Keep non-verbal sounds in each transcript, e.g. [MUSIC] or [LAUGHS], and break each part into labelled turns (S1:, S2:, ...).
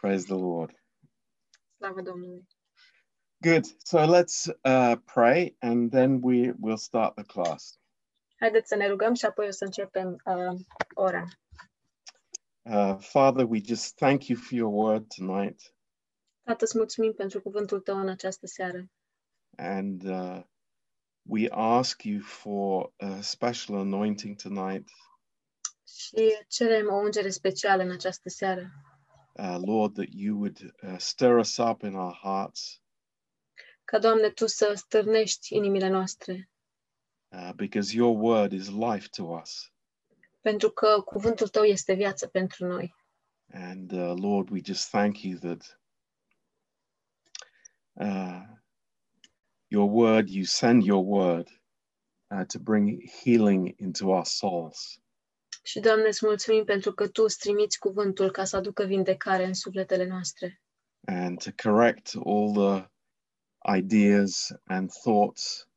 S1: Praise the Lord.
S2: Slavă Domnului.
S1: Good. So let's uh, pray and then we will start the class.
S2: Haideți să ne rugăm și apoi o să începem uh, ora.
S1: Uh, Father, we just thank you for your word tonight.
S2: Tată, îți mulțumim pentru cuvântul tău în această seară.
S1: And uh, we ask you for a special anointing tonight.
S2: Și cerem o ungere specială în această seară.
S1: Uh, Lord, that you would uh, stir us up in our hearts
S2: Ca, Doamne, Tu să stârnești inimile noastre.
S1: uh, because your word is life to us.
S2: Pentru că cuvântul Tău este viață pentru noi.
S1: And uh, Lord, we just thank you that uh, your word, you send your word uh, to bring healing into our souls.
S2: Și, Doamne, îți mulțumim pentru că Tu îți trimiți cuvântul ca să aducă vindecare în sufletele noastre.
S1: and to correct all the ideas and thoughts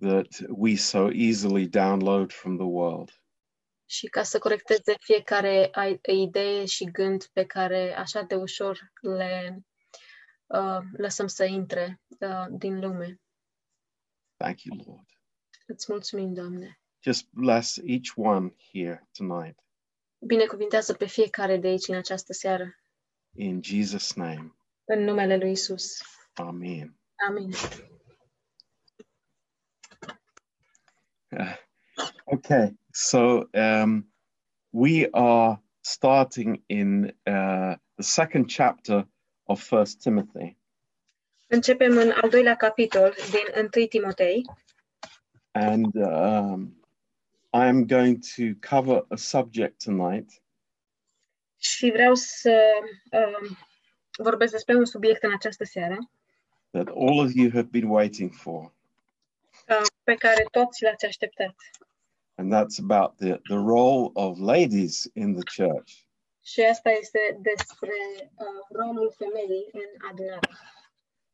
S1: that we so easily download from the world.
S2: Și ca să corecteze fiecare ai- idee și gând pe care așa de ușor le uh, lăsăm să intre uh, din lume.
S1: Thank you, Lord.
S2: Îți mulțumim, Doamne.
S1: Just bless each one here tonight.
S2: Binecuvintează pe fiecare de aici în această seară,
S1: In Jesus' name,
S2: în numele lui Isus.
S1: Amen.
S2: Amin.
S1: Uh, [LAUGHS] okay, so um, we are starting in uh, the second chapter of First Timothy,
S2: Începem în al doilea capitol din 1 Timotei
S1: and um, I am going to cover a subject tonight
S2: și vreau să um, vorbesc despre un subiect în această seară
S1: that all of you have been waiting for,
S2: uh, pe care toți l-ați așteptat
S1: and that's about the, the role of ladies in the church.
S2: și asta este despre uh, rolul femeii în adunare.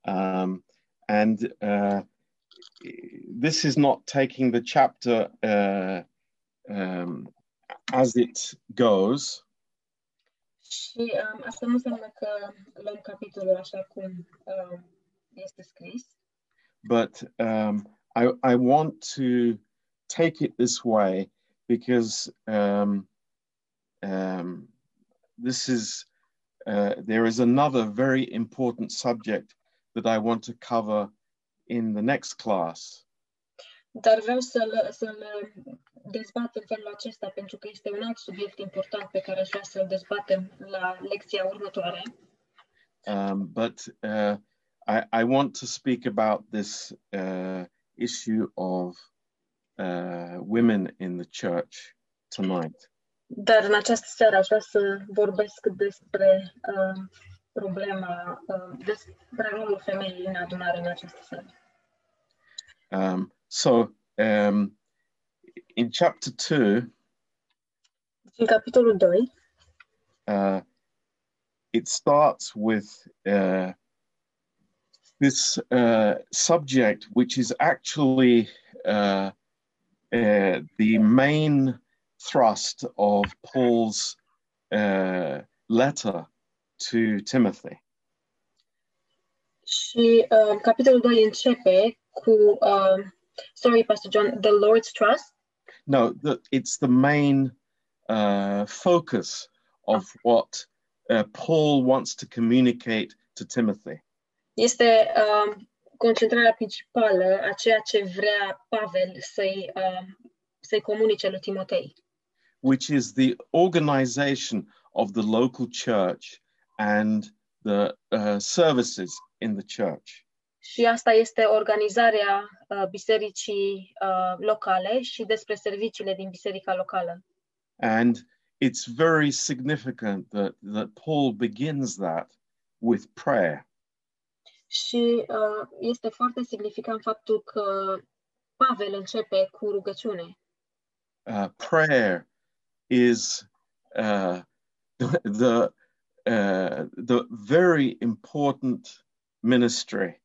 S1: Um, and uh, this is not taking the chapter uh, um, as it goes,
S2: Și um, asta nu înseamnă că luăm capitolul așa cum uh, este scris,
S1: but um, I, I want to take it this way because um, um, this is uh, there is another very important subject that I want to cover in the next class,
S2: Dar vreau să-l, să-l dezbat în felul acesta, pentru că este un alt subiect important pe care aș vrea să-l dezbatem la lecția următoare.
S1: um, but uh, I, I want to speak about this uh, issue of uh, women in the church tonight.
S2: Dar în această seară aș vrea să vorbesc despre uh, problema, uh, despre rolul femeii în adunare în această seară.
S1: Um, so, um, in chapter two,
S2: În capitolul 2
S1: uh, it starts with uh, this uh, subject, which is actually uh, uh, the main thrust of Paul's uh, letter to Timothy.
S2: și uh, capitolul 2 începe cu, uh, sorry, Pastor John, The Lord's Trust,
S1: No, the, it's the main uh, focus of what uh, Paul wants to communicate to Timothy.
S2: este uh, concentrarea principală a ceea ce vrea Pavel să-i, uh, să-i comunice lui Timotei,
S1: which is the organization of the local church and the uh, services in the church.
S2: și asta este organizarea uh, bisericii uh, locale și despre serviciile din biserica locală.
S1: And it's very significant that, that Paul begins that with prayer.
S2: Și uh, este foarte significant faptul că Pavel începe cu rugăciune.
S1: Uh, prayer is uh, [LAUGHS] the, uh, the very important ministry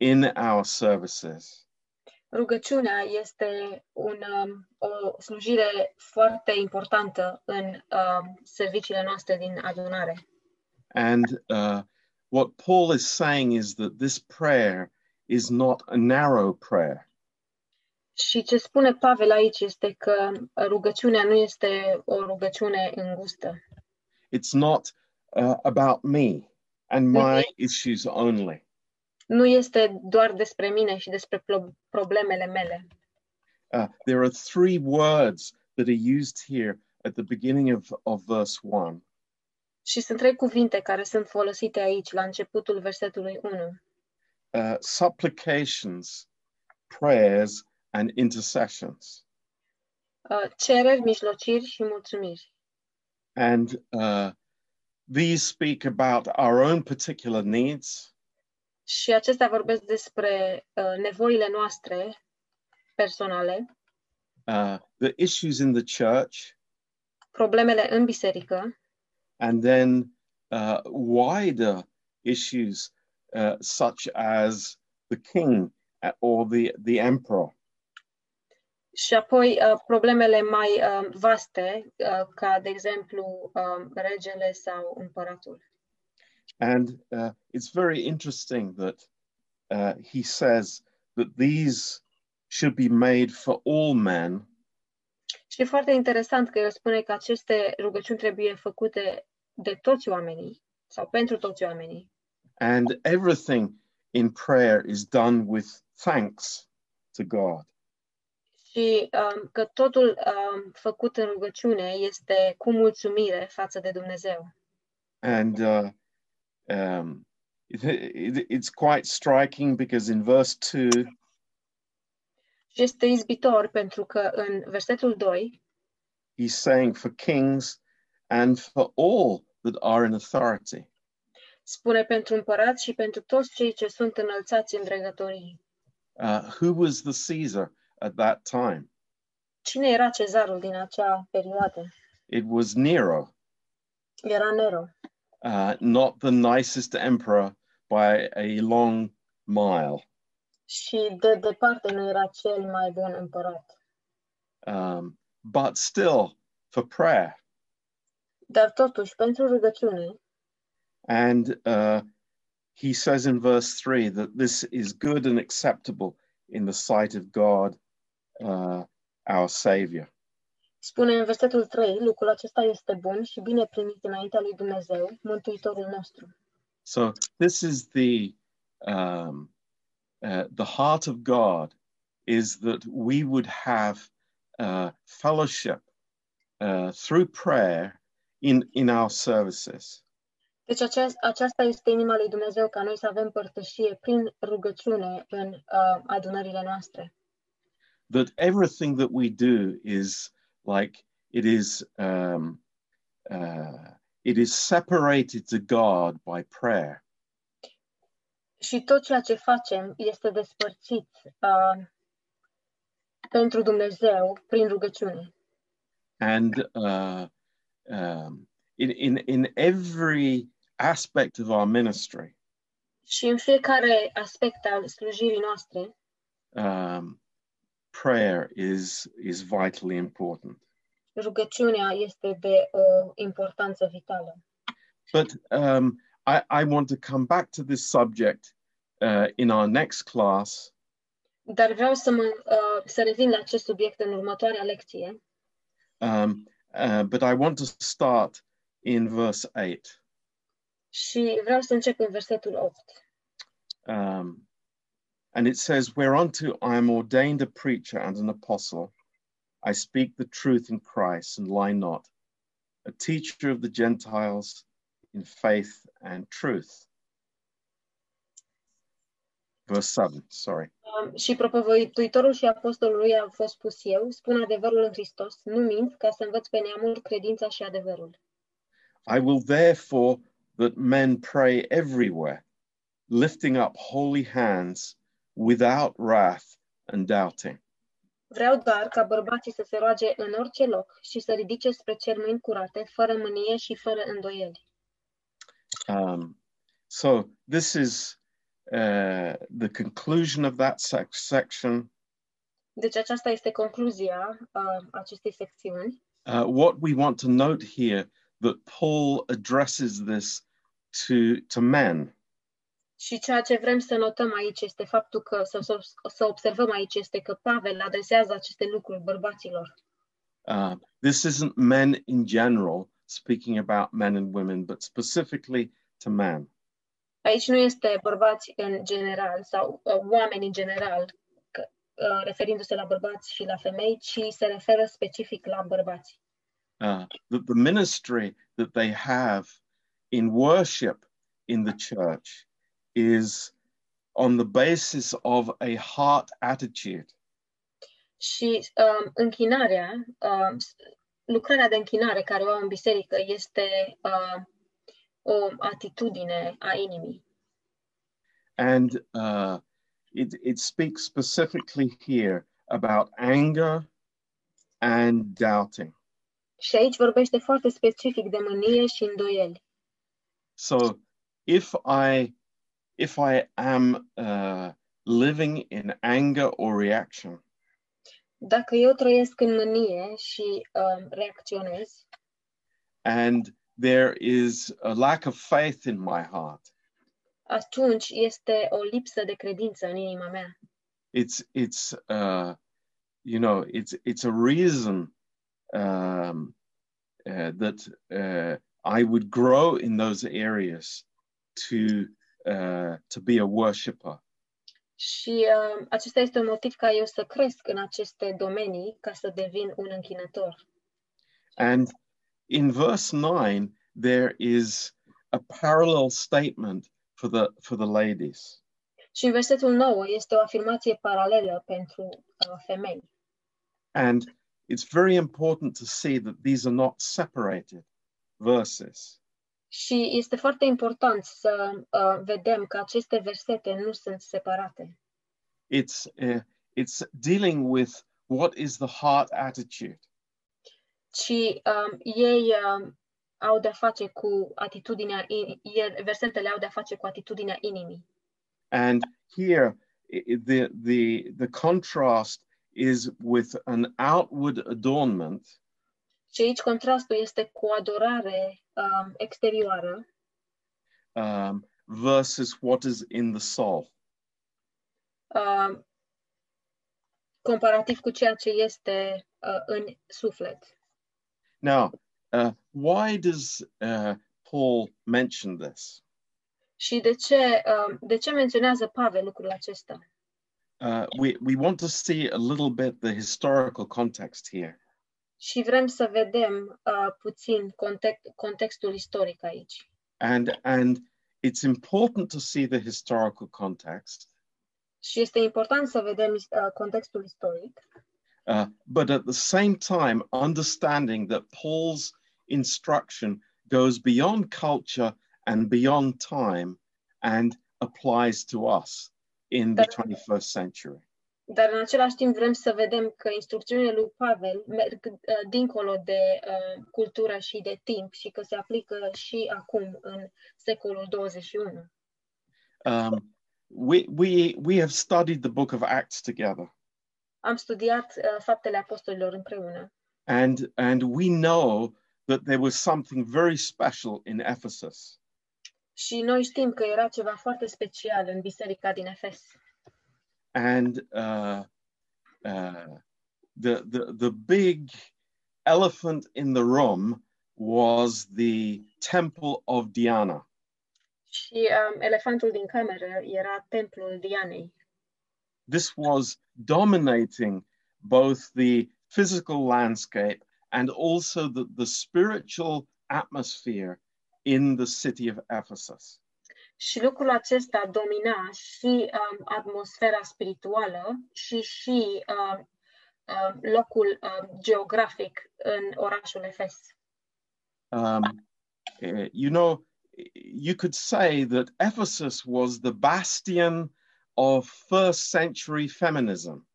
S1: in our services.
S2: Rugăciunea este un, um, o slujire foarte importantă în uh, serviciile noastre din adunare.
S1: And uh, what Paul is saying is that this prayer is not a narrow prayer.
S2: Și ce spune Pavel aici este că rugăciunea nu este o rugăciune îngustă.
S1: It's not uh, about me and my issues only.
S2: Nu este doar despre mine și despre plo- problemele mele.
S1: Uh, there are three words that are used here at the beginning of, of verse 1.
S2: Și sunt trei cuvinte care sunt folosite aici, la începutul versetului 1.
S1: Uh, supplications, prayers, and intercessions.
S2: Uh, Cereri, mijlociri și mulțumiri.
S1: And uh, these speak about our own particular needs,
S2: Și acestea vorbesc despre uh, nevoile noastre personale,
S1: uh, the issues in the church,
S2: problemele în biserică
S1: and then uh, wider issues uh, such as the king or the, the emperor.
S2: și apoi uh, problemele mai uh, vaste, uh, ca de exemplu uh, regele sau împăratul.
S1: And uh, it's very interesting that uh, he says that these should be made for all men,
S2: Și e foarte interesant că el spune că aceste rugăciuni trebuie făcute de toți oamenii sau pentru toți oamenii.
S1: and everything in prayer is done with thanks to God.
S2: Și um, că totul um, făcut în rugăciune este cu mulțumire față de Dumnezeu.
S1: And uh, um, it, it, it's quite striking because in verse 2,
S2: Și este izbitor pentru că în versetul 2
S1: he's saying for kings and for all that are in authority.
S2: spune pentru împărat și pentru toți cei ce sunt înălțați în dregătorii.
S1: Uh, who was the Caesar at that time?
S2: Cine era cezarul din acea perioadă?
S1: It was Nero.
S2: Era Nero.
S1: uh, not the nicest emperor by a long mile.
S2: Și de departe nu era cel mai bun împărat.
S1: Um, but still, for prayer.
S2: Dar totuși, pentru rugăciune,
S1: And uh, he says in verse 3 that this is good and acceptable in the sight of God, uh, our Savior.
S2: spune în versetul 3, lucrul acesta este bun și bine primit înaintea lui Dumnezeu, Mântuitorul nostru.
S1: So this is the um, uh, the heart of God is that we would have uh, fellowship uh, through prayer in in our services,
S2: Deci aceas- aceasta este inima lui Dumnezeu, ca noi să avem părtășie prin rugăciune în uh, adunările noastre.
S1: that everything that we do is like it is um, uh, it is separated to God by prayer,
S2: Și tot ceea ce facem este despărțit uh, pentru Dumnezeu prin rugăciune.
S1: and uh, um, in in in every aspect of our ministry.
S2: Și în fiecare aspect al slujirii noastre,
S1: um, prayer is is vitally important.
S2: rugăciunea este de o importanță vitală.
S1: But um, I, I want to come back to this subject uh, in our next class
S2: Dar vreau să, mă, uh, să revin la acest subiect în următoarea lecție,
S1: um, uh, but I want to start in verse 8.
S2: și vreau să încep în versetul 8.
S1: Um, and it says, Whereunto I am ordained a preacher and an apostle, I speak the truth in Christ and lie not, a teacher of the Gentiles in faith and truth. Verse 7, sorry.
S2: Um, și propovăduitorul și apostolul lui a fost pus eu, spun adevărul în Hristos, nu mint, ca să învăț pe neamul credința și adevărul.
S1: I will therefore that men pray everywhere, lifting up holy hands without wrath and doubting.
S2: Vreau doar ca bărbații să se roage în orice loc și să ridice spre cer mâini curate, fără mânie și fără îndoieli.
S1: Um, so this is uh, the conclusion of that sec- section.
S2: Deci aceasta este concluzia uh, acestei secțiuni.
S1: Uh, what we want to note here that Paul addresses this to, to man.
S2: Și ceea ce vrem să notăm aici este faptul că, sau să, să observăm aici, este că Pavel adresează aceste lucruri bărbaților.
S1: Uh, this isn't men in general speaking about men and women, but specifically to man.
S2: Aici nu este bărbați în general sau uh, oameni în general, că, uh, referindu-se la bărbați și la femei, ci se referă specific la bărbați.
S1: Uh, the, the ministry that they have in worship in the church is on the basis of a heart attitude.
S2: Și um, închinarea, um, lucrarea de închinare care o au în biserică este uh, o atitudine a inimii.
S1: And uh, it, it speaks specifically here about anger and doubting.
S2: Și aici vorbește foarte specific de mânie și îndoieli.
S1: So if I if I am uh, living in anger or reaction,
S2: Dacă eu trăiesc în mânie și um, reacționez
S1: and there is a lack of faith in my heart.
S2: atunci este o lipsă de credință în inima mea.
S1: It's it's uh, you know it's it's a reason um, uh, that uh, I would grow in those areas to uh, to be a worshipper.
S2: Și um, acesta este un motiv ca eu să cresc în aceste domenii ca să devin un închinător.
S1: And in verse nine, there is a parallel statement for the for the ladies.
S2: Și în versetul 9 este o afirmație paralelă pentru uh, femei.
S1: And it's very important to see that these are not separated verses.
S2: Și este foarte important să uh, vedem că aceste versete nu sunt separate.
S1: It's uh, it's dealing with what is the heart attitude,
S2: Și um, ei um, au de-a face cu atitudinea, in, el, versetele au de-a face cu atitudinea inimii.
S1: and here i- i- the the the contrast is with an outward adornment
S2: Și aici contrastul este cu adorare um, exterioară
S1: um, versus what is in the soul.
S2: um, comparativ cu ceea ce este uh, în suflet.
S1: Now, uh, why does uh, Paul mention this?
S2: Și de ce, um, de ce menționează Pavel lucrul acesta?
S1: Uh, we we want to see a little bit the historical context here.
S2: Și vrem să vedem uh, puțin context, contextul istoric aici.
S1: and and it's important to see the historical context
S2: Și este important să vedem uh, contextul istoric,
S1: uh, but at the same time understanding that paul's instruction goes beyond culture and beyond time and applies to us in the 21st century
S2: dar în același timp vrem să vedem că instrucțiunile lui Pavel merg uh, dincolo de uh, cultură și de timp și că se aplică și acum, în secolul 21.
S1: um, we, we, we have studied the book of acts together
S2: Am studiat uh, faptele apostolilor împreună
S1: and and we know that there was something very special in ephesus
S2: și noi știm că era ceva foarte special în biserica din Efes.
S1: and uh, uh, the, the the big elephant in the room was the temple of Diana,
S2: Și um, elefantul din cameră era templul Dianei.
S1: this was dominating both the physical landscape and also the, the spiritual atmosphere in the city of Ephesus.
S2: Și lucrul acesta domina și um, atmosfera spirituală și și um, um, locul um, geografic în orașul Efes.
S1: Um, eh, you know, you could say that Ephesus was the bastion of first century feminism.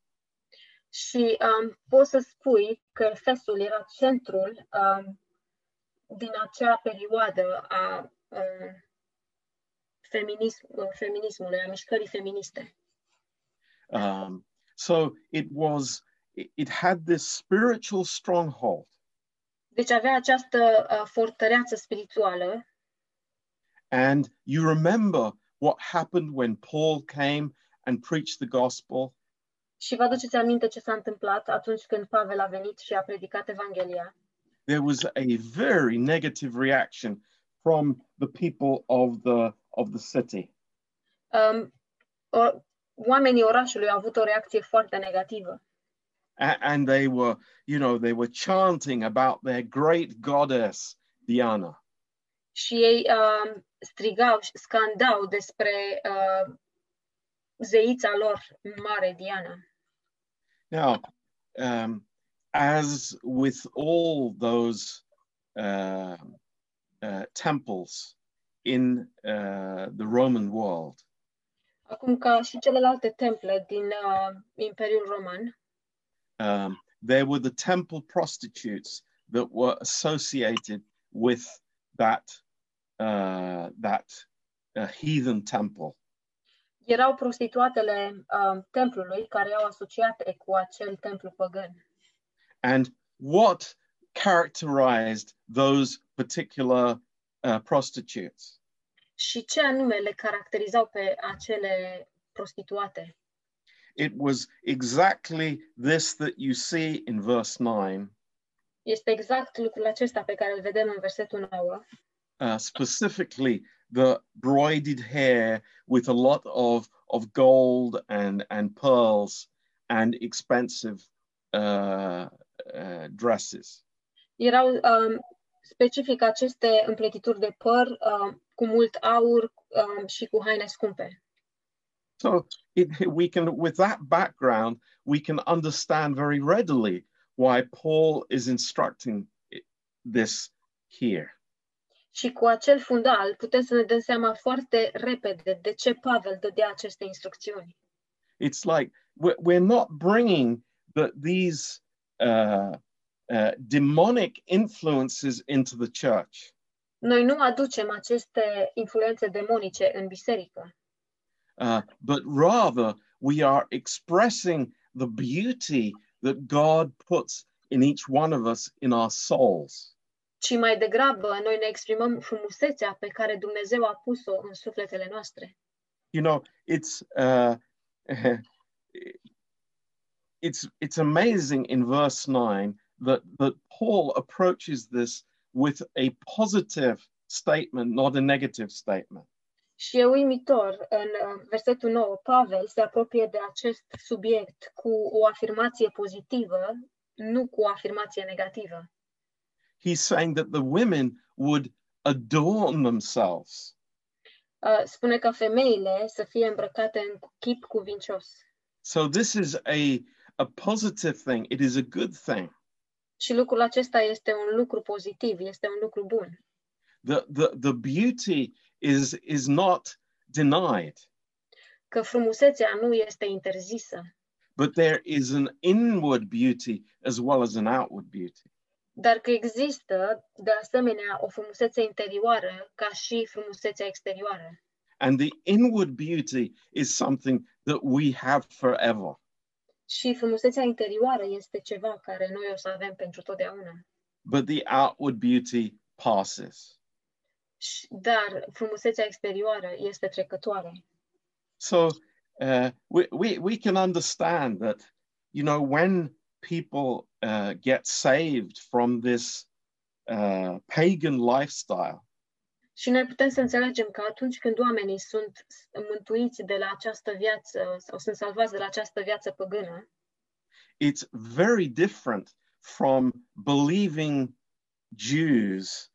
S2: Și um, poți să spui că Efesul era centrul um, din acea perioadă a um, feminism, feminismului, a mișcării feministe.
S1: Um, so it was, it, it had this spiritual stronghold
S2: Deci avea această uh, fortăreață spirituală
S1: And you remember what happened when Paul came and preached the gospel?
S2: Și vă aduceți aminte ce s-a întâmplat atunci când Pavel a venit și a predicat Evanghelia?
S1: There was a very negative reaction from the people of the of the city.
S2: Um, o, oamenii orașului au avut o reacție foarte negativă
S1: A- and they were, you know, they were chanting about their great goddess Diana.
S2: și ei um, strigau și scandau despre uh, zeița lor mare, Diana.
S1: Now, um, as with all those uh, uh, temples in uh, the Roman world,
S2: Acum ca și celelalte temple din uh, Imperiul Roman,
S1: um, there were the temple prostitutes that were associated with that uh, that uh, heathen temple.
S2: erau prostituatele uh, templului care erau asociate cu acel templu păgân.
S1: And what characterized those particular uh, prostitutes?
S2: Și ce anume le caracterizau pe acele prostituate?
S1: it was exactly this that you see in verse 9,
S2: Este exact lucrul acesta pe care îl vedem în versetul 9.
S1: uh, specifically the broided hair with a lot of, of gold and, and pearls and expensive uh, uh, dresses.
S2: Erau um, specific aceste împletituri de păr um, cu mult aur um, și cu haine scumpe.
S1: So it, we can, with that background, we can understand very readily why Paul is instructing i- this here.
S2: Și cu acel fundal putem să ne dăm seama foarte repede de ce Pavel dădea aceste instrucțiuni.
S1: it's like we're, we're not bringing the, these uh, uh, demonic influences into the church.
S2: Noi nu aducem aceste influențe demonice în biserică,
S1: Uh, but rather, we are expressing the beauty that God puts in each one of us in our souls.
S2: ci mai degrabă noi ne exprimăm frumusețea pe care Dumnezeu a pus-o în sufletele noastre.
S1: You know, it's uh, [LAUGHS] it's it's amazing in verse nine that that Paul approaches this with a positive statement, not a negative statement.
S2: Și e uimitor, în uh, versetul 9, Pavel se apropie de acest subiect cu o afirmație pozitivă, nu cu o afirmație negativă.
S1: he's saying that the women would adorn themselves.
S2: Uh, Spune că femeile să fie îmbrăcate în chip cuvincios.
S1: So this is a a positive thing. It is a good thing.
S2: Și lucrul acesta este un lucru pozitiv, este un lucru bun.
S1: The the the beauty is is not denied,
S2: Că frumusețea nu este interzisă,
S1: but there is an inward beauty as well as an outward beauty.
S2: dar că există, de asemenea, o frumusețe interioară ca și frumusețea exterioară.
S1: And the inward beauty is something that we have forever.
S2: Și frumusețea interioară este ceva care noi o să avem pentru totdeauna.
S1: But the outward beauty passes.
S2: Și- Dar frumusețea exterioară este trecătoare.
S1: So uh, we, we, we can understand that, you know, when people uh, get saved from this uh, pagan lifestyle,
S2: Și noi putem să înțelegem că atunci când oamenii sunt s- mântuiți de la această viață sau sunt salvați de la această viață păgână,
S1: it's very different from believing Jews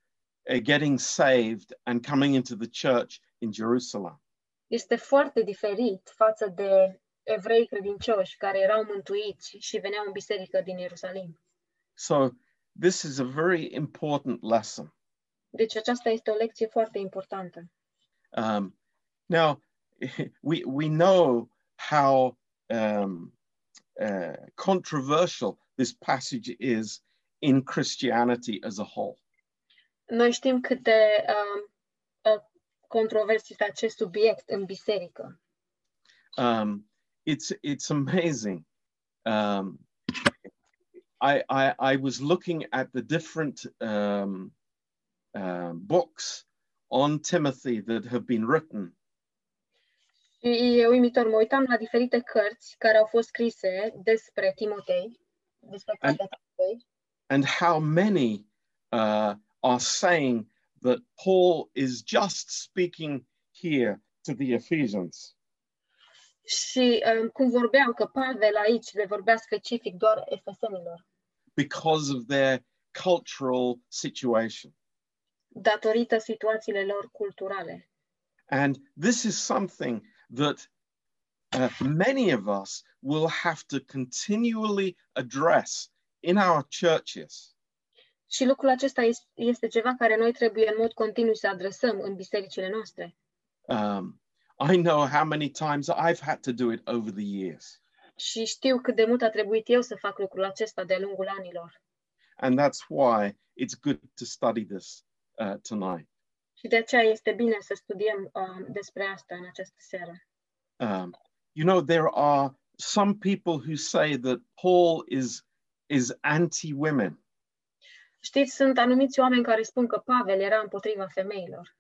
S1: uh, getting saved and coming into the church in Jerusalem.
S2: este foarte diferit față de evrei credincioși care erau mântuiți și veneau în biserică din Ierusalim.
S1: So this is a very important lesson.
S2: Deci aceasta este o lecție foarte importantă.
S1: Um, now, [LAUGHS] we we know how um, uh, controversial this passage is in Christianity as a whole.
S2: Noi știm cât de um, uh, controversit este acest subiect în biserică.
S1: Um, it's it's amazing. Um, I, I I was looking at the different um, uh, um, books on Timothy that have been written.
S2: Și e uimitor, mă uitam la diferite cărți care au fost scrise despre Timotei, despre
S1: Ai-
S2: cartea Timotei,
S1: and how many uh, are saying that Paul is just speaking here to the Ephesians.
S2: și um, cum vorbeam că Pavel aici le vorbea specific doar efesenilor,
S1: because of their cultural situation.
S2: datorită situațiile lor culturale.
S1: And this is something that uh, many of us will have to continually address in our churches.
S2: Și lucrul acesta es- este ceva care noi trebuie în mod continuu să adresăm în bisericile noastre.
S1: Um, I know how many times I've had to do it over the years,
S2: Și știu cât de mult a trebuit eu să fac lucrul acesta de-a lungul anilor.
S1: and that's why it's good to study this uh, tonight.
S2: Și de aceea este bine să studiem um, despre asta în această seară.
S1: Um, you know, there are some people who say that Paul is is anti-women.
S2: Știți, sunt anumiți oameni care spun că Pavel era împotriva femeilor,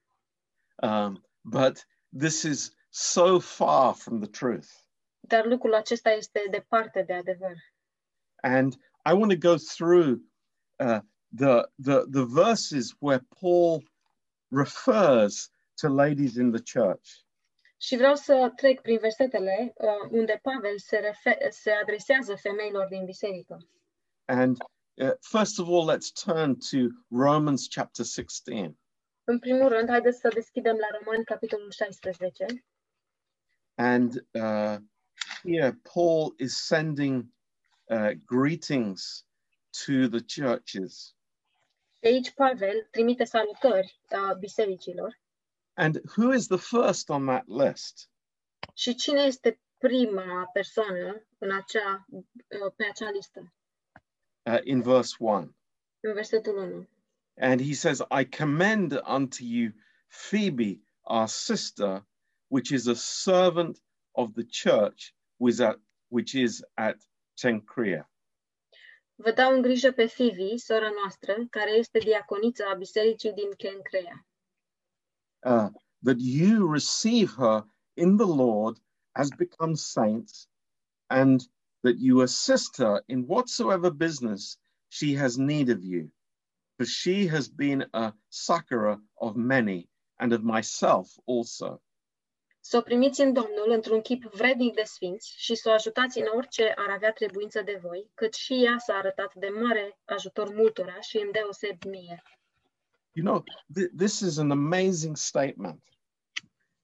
S1: Um, but this is so far from the truth.
S2: dar lucrul acesta este departe de adevăr.
S1: And I want to go through uh, the, the, the verses where Paul refers to ladies in the church.
S2: Și vreau să trec prin versetele uh, unde Pavel se, refer- se adresează femeilor din biserică.
S1: And uh, first of all, let's turn to Romans chapter 16.
S2: În primul rând, haideți să deschidem la Romani, capitolul 16.
S1: And uh, here, Paul is sending uh, greetings to the churches.
S2: De aici Pavel trimite salutări uh, bisericilor.
S1: And who is the first on that list?
S2: Și cine este prima persoană în acea, uh, pe acea listă?
S1: Uh, in verse 1.
S2: În versetul 1.
S1: And he says, I commend unto you Phoebe, our sister, which is a servant of the church, which is at, which is at Cenchrea.
S2: Vă dau în grijă pe Fivi, sora noastră, care este diaconiță a bisericii din Kencrea,
S1: Uh, that you receive her in the Lord as become saints, and that you assist her in whatsoever business she has need of you. For she has been a succorer of many, and of myself also.
S2: să o primiți în Domnul într-un chip vrednic de sfinți și să o ajutați în orice ar avea trebuință de voi, cât și ea s-a arătat de mare ajutor multora și îndeoseb mie.
S1: You know, th- this is an amazing statement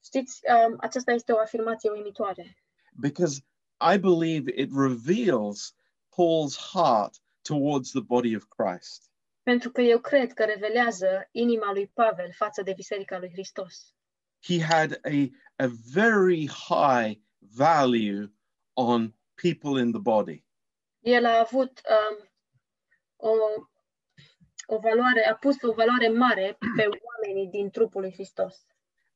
S2: Știți, um, aceasta este o afirmație uimitoare,
S1: because I believe it reveals Paul's heart towards the body of Christ.
S2: pentru că eu cred că revelează inima lui Pavel față de Biserica lui Hristos.
S1: He had a, a very high value on people in the body.
S2: El a avut um, o, o valoare, a pus o valoare mare pe oamenii din trupul lui Hristos.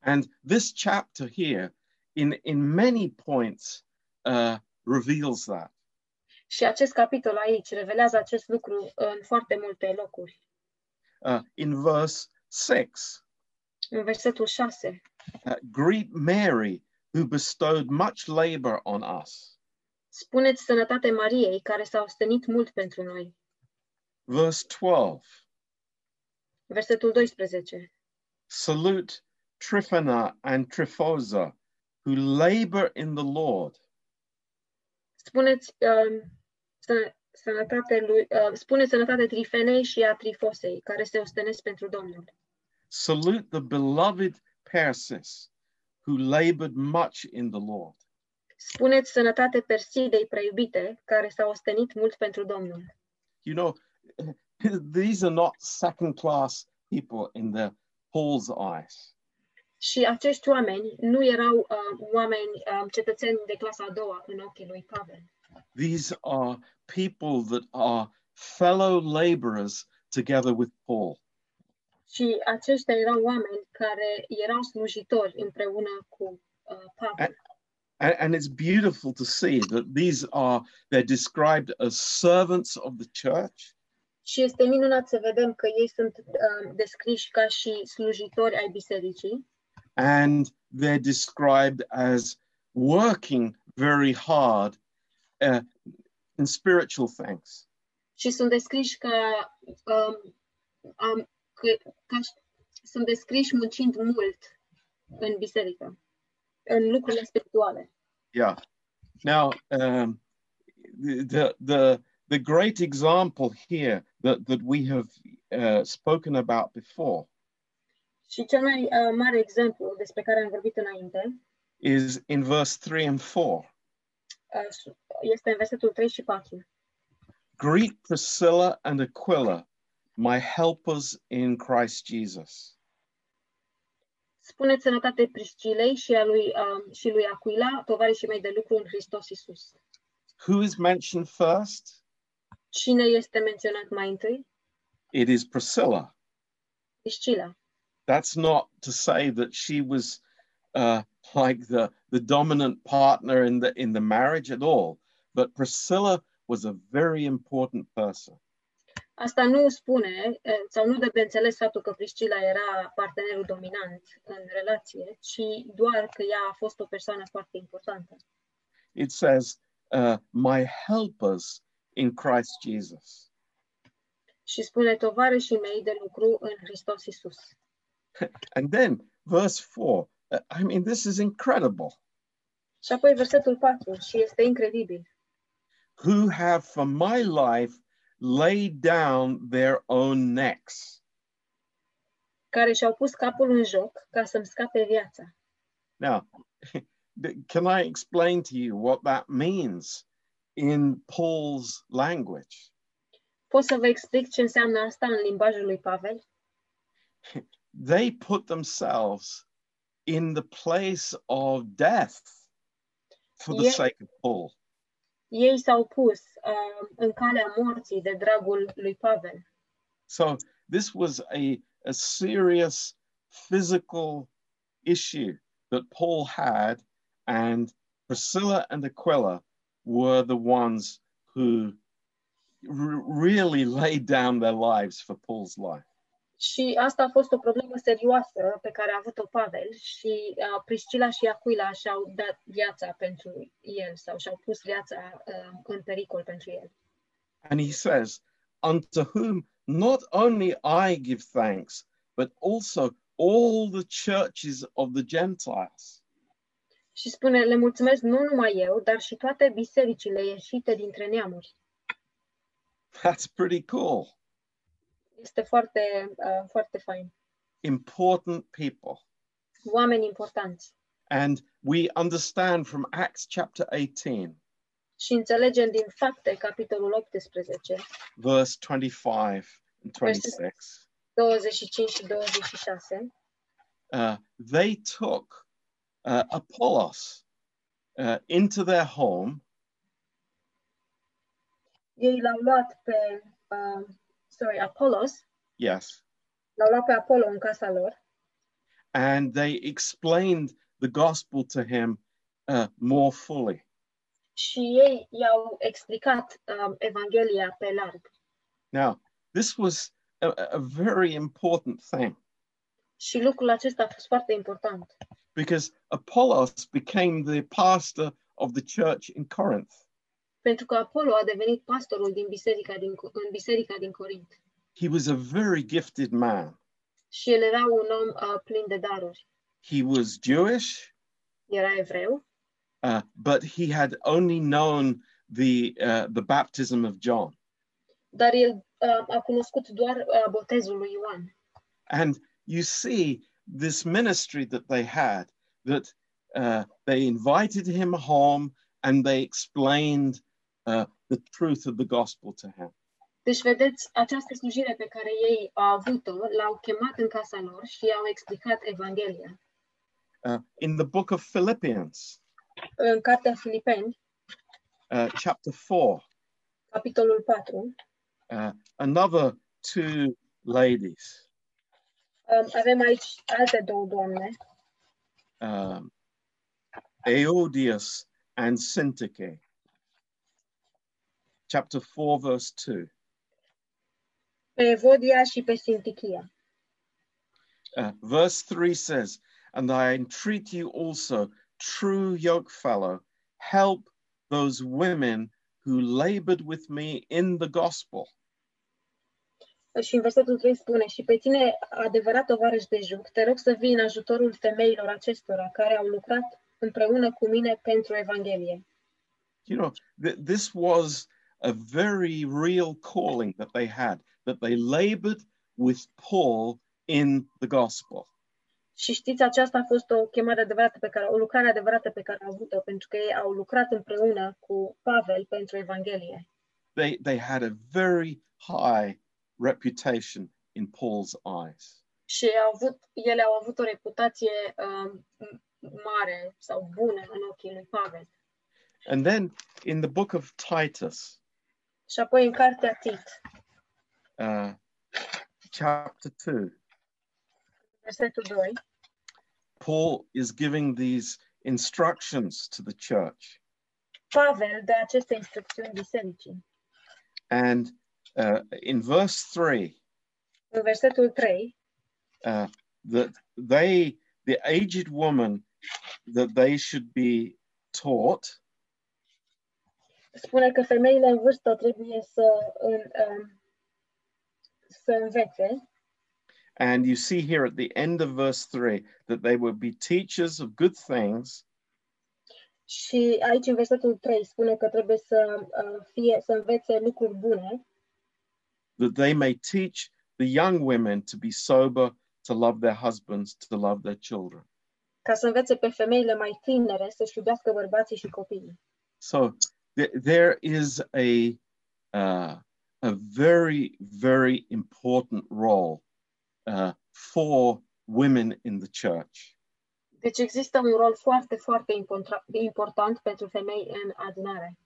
S1: And this chapter here, in, in many points, uh, reveals that.
S2: Și acest capitol aici revelează acest lucru în foarte multe locuri.
S1: Uh, in verse 6,
S2: În versetul 6.
S1: uh, greet Mary, who bestowed much labor on us.
S2: Spuneți sănătate Mariei, care s-a ostenit mult pentru noi.
S1: Verse 12,
S2: Versetul 12.
S1: Salute Tryphena and Tryphosa, who labor in the Lord.
S2: Spuneți, um, să, sănătate lui, uh, spuneți sănătate Trifenei și a Trifosei, care se ostenesc pentru Domnul.
S1: Salute the beloved Persis, who labored much in the Lord.
S2: Spuneți sănătate Persidei preiubite, care s-a ostenit mult pentru Domnul.
S1: You know, [LAUGHS] these are not second class people in the Paul's eyes.
S2: Și acești oameni nu erau uh, oameni um, cetățeni de clasa a doua în ochii lui Pavel.
S1: These are people that are fellow laborers together with Paul.
S2: Și aceștia erau oameni care erau slujitori împreună cu uh, Pavel.
S1: And, and it's beautiful to see that these are, they're described as servants of the church.
S2: și este minunat să vedem că ei sunt um, descriși ca și slujitori ai bisericii
S1: and they're described as working very hard uh, in spiritual things.
S2: și sunt descriși ca, um, um, că, ca sunt descriși muncind mult în biserică, în lucrurile spirituale.
S1: Yeah. Now, um, the, the the the great example here that that we have uh, spoken about before
S2: Și cel mai uh, mare exemplu despre care am vorbit înainte
S1: is in verse three and four.
S2: uh, s- este în versetul 3 și 4.
S1: Greet Priscilla and Aquila, my helpers in Christ Jesus.
S2: Spuneți sănătate Priscilei și, a lui, um, și lui Aquila, tovarășii mei de lucru în Hristos Isus.
S1: Who is mentioned first?
S2: Cine este menționat mai întâi?
S1: It is Priscilla.
S2: Priscila.
S1: that's not to say that she was uh, like the the dominant partner in the in the marriage at all but priscilla was a very important person
S2: Asta nu spune eh, sau nu dă de înțeles faptul că Priscila era partenerul dominant în relație, ci doar că ea a fost o persoană foarte importantă.
S1: it says uh, my helpers in christ jesus
S2: Și spune tovarășii mei de lucru în Hristos Isus.
S1: and then verse 4 uh, i mean this is incredible
S2: Și apoi versetul 4 și este incredibil.
S1: who have for my life laid down their own necks
S2: Care și-au pus capul în joc ca să-mi scape viața.
S1: Now, [LAUGHS] d- can I explain to you what that means in Paul's language?
S2: Pot să vă explic ce înseamnă asta în limbajul lui Pavel?
S1: They put themselves in the place of death for the
S2: Yeah.
S1: sake of Paul.
S2: Ei s-au pus uh, în calea morții de dragul lui Pavel.
S1: So this was a, a serious physical issue that Paul had, and Priscilla and Aquila were the ones who r- really [LAUGHS] laid down their lives for Paul's life.
S2: Și asta a fost o problemă serioasă pe care a avut-o Pavel și uh, Priscila și Aquila și-au dat viața pentru el sau și-au pus viața uh, în pericol pentru el.
S1: And he says, Unto whom not only I give thanks, but also all the churches of the Gentiles.
S2: Și spune, le mulțumesc nu numai eu, dar și toate bisericile ieșite dintre neamuri.
S1: That's pretty cool.
S2: Este foarte, uh, foarte fain.
S1: Important people.
S2: Oameni importanți.
S1: And we understand from Acts chapter 18,
S2: Și înțelegem din fapte, capitolul 18,
S1: verse 25 and 26,
S2: 25 și 26,
S1: uh, they took uh, Apollos uh, into their home
S2: ei l-au luat pe, uh, sorry, Apollos,
S1: Yes.
S2: l-au luat pe Apollo în casa lor
S1: And they explained the gospel to him uh, more fully.
S2: și ei i-au explicat um, Evanghelia pe larg.
S1: Now, this was a, a very important thing
S2: Și lucrul acesta a fost foarte important,
S1: because Apollos became the pastor of the church in Corinth.
S2: pentru că Apollo a devenit pastorul din biserica din, Co- în biserica din Corint
S1: He was a very gifted man.
S2: și el era un om uh, plin de daruri.
S1: He was Jewish,
S2: Era evreu,
S1: uh, but he had only known the uh, the baptism of John,
S2: dar el uh, a cunoscut doar uh, botezul lui Ioan.
S1: and you see this ministry that they had that uh, they invited him home and they explained uh, the truth of the gospel to him.
S2: Deci, vedeți, această slujire pe care ei au avut-o, l-au chemat în casa lor și i-au explicat Evanghelia.
S1: Uh, in the book of Philippians,
S2: în Cartea Filipeni,
S1: uh, chapter 4,
S2: capitolul 4, um,
S1: uh, another two ladies.
S2: um, avem aici alte două doamne,
S1: Um, Eodius and Syntyche. Chapter 4, verse 2.
S2: pe Evodia și pe Sintichia.
S1: Uh, verse 3 says, And I entreat you also, true yoke fellow, help those women who labored with me in the gospel.
S2: Și în versetul 3 spune, și pe tine, adevărat tovarăș de juc, te rog să vii în ajutorul femeilor acestora care au lucrat împreună cu mine pentru Evanghelie.
S1: You know, th- this was a very real calling that they had, that they labored with Paul in the gospel.
S2: Și știți, aceasta a fost o chemare adevărată pe care, o lucrare adevărată pe care au avut-o, pentru că ei au lucrat împreună cu Pavel pentru Evanghelie.
S1: They, they had a very high reputation in Paul's eyes.
S2: Și au avut, ele au avut o reputație um, mare sau bună în ochii lui Pavel.
S1: And then in the book of Titus,
S2: Și apoi în cartea Tit,
S1: uh, chapter 2,
S2: versetul 2,
S1: Paul is giving these instructions to the church.
S2: Pavel dă aceste instrucțiuni bisericii.
S1: And uh, in verse 3,
S2: În versetul 3,
S1: uh, that they, the aged woman, that they should be taught,
S2: spune că femeile în vârstă trebuie să, în, um, să învețe
S1: And you see here at the end of verse 3 that they will be teachers of good things,
S2: și aici în versetul 3 spune că trebuie să, uh, fie, să învețe lucruri bune
S1: that they may teach the young women to be sober, to love their husbands, to love their children.
S2: ca să învețe pe femeile mai tinere să-și iubească bărbații și copiii.
S1: So th- there is a, uh, a very, very important role uh, for women in the church.
S2: Deci există un rol foarte, foarte importra- important pentru femei în adunare.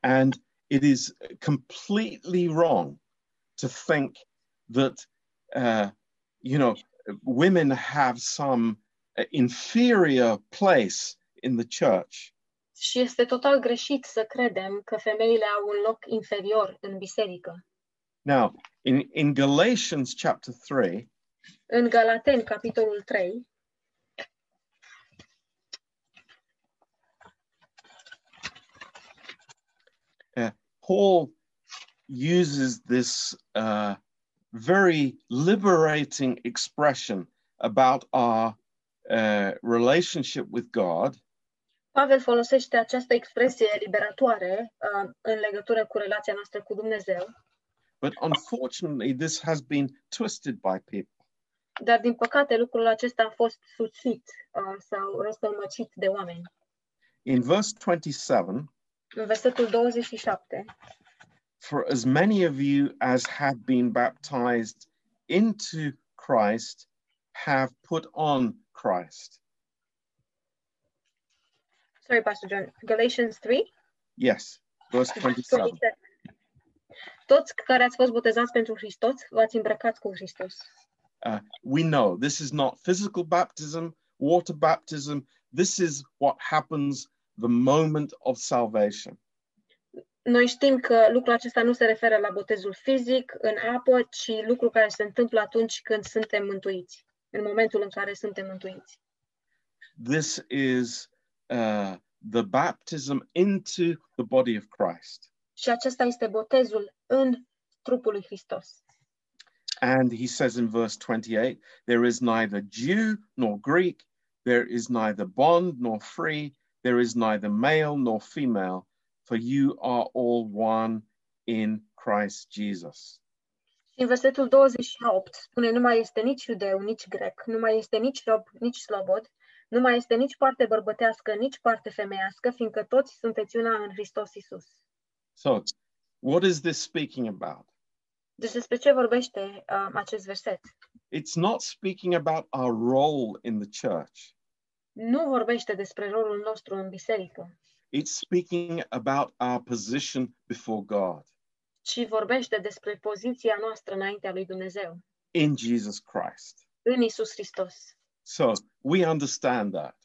S1: And it is completely wrong to think that, uh, you know, women have some uh, inferior place in the church.
S2: Și este total greșit să credem că femeile au un loc inferior în biserică.
S1: Now, in, in Galatians chapter 3,
S2: În Galaten, capitolul 3,
S1: Paul uses this uh, very liberating expression about our uh, relationship with God
S2: Pavel folosește această expresie eliberatoare uh, în legătură cu relația noastră cu Dumnezeu,
S1: But unfortunately, this has been twisted by people.
S2: dar din păcate lucrul acesta a fost suțit uh, sau răstălmăcit de oameni.
S1: In verse 27,
S2: În versetul 27,
S1: for as many of you as have been baptized into Christ have put on Christ.
S2: sorry, Pastor John, Galatians 3,
S1: Yes, verse 27.
S2: 27. Toți care ați fost botezați pentru Hristos, v-ați îmbrăcat cu Hristos.
S1: Uh, we know this is not physical baptism, water baptism. This is what happens the moment of salvation.
S2: Noi știm că lucrul acesta nu se referă la botezul fizic, în apă, ci lucru care se întâmplă atunci când suntem mântuiți, în momentul în care suntem mântuiți.
S1: This is uh, the baptism into the body of Christ.
S2: Și acesta este botezul în trupul lui Hristos.
S1: And he says in verse 28 there is neither Jew nor Greek, there is neither bond nor free, there is neither male nor female, for you are all one in Christ Jesus.
S2: Și în versetul 28 spune, nu mai este nici iudeu, nici grec, nu mai este nici rob, nici slobod, nu mai este nici parte bărbătească, nici parte femeiască, fiindcă toți sunteți una în Hristos Isus.
S1: So, what is this speaking about?
S2: Deci despre ce vorbește um, acest verset?
S1: It's not speaking about our role in the church,
S2: Nu vorbește despre rolul nostru în biserică,
S1: it's speaking about our position before God
S2: ci vorbește despre poziția noastră înaintea lui Dumnezeu,
S1: in Jesus Christ.
S2: în Isus Hristos.
S1: So, we understand that.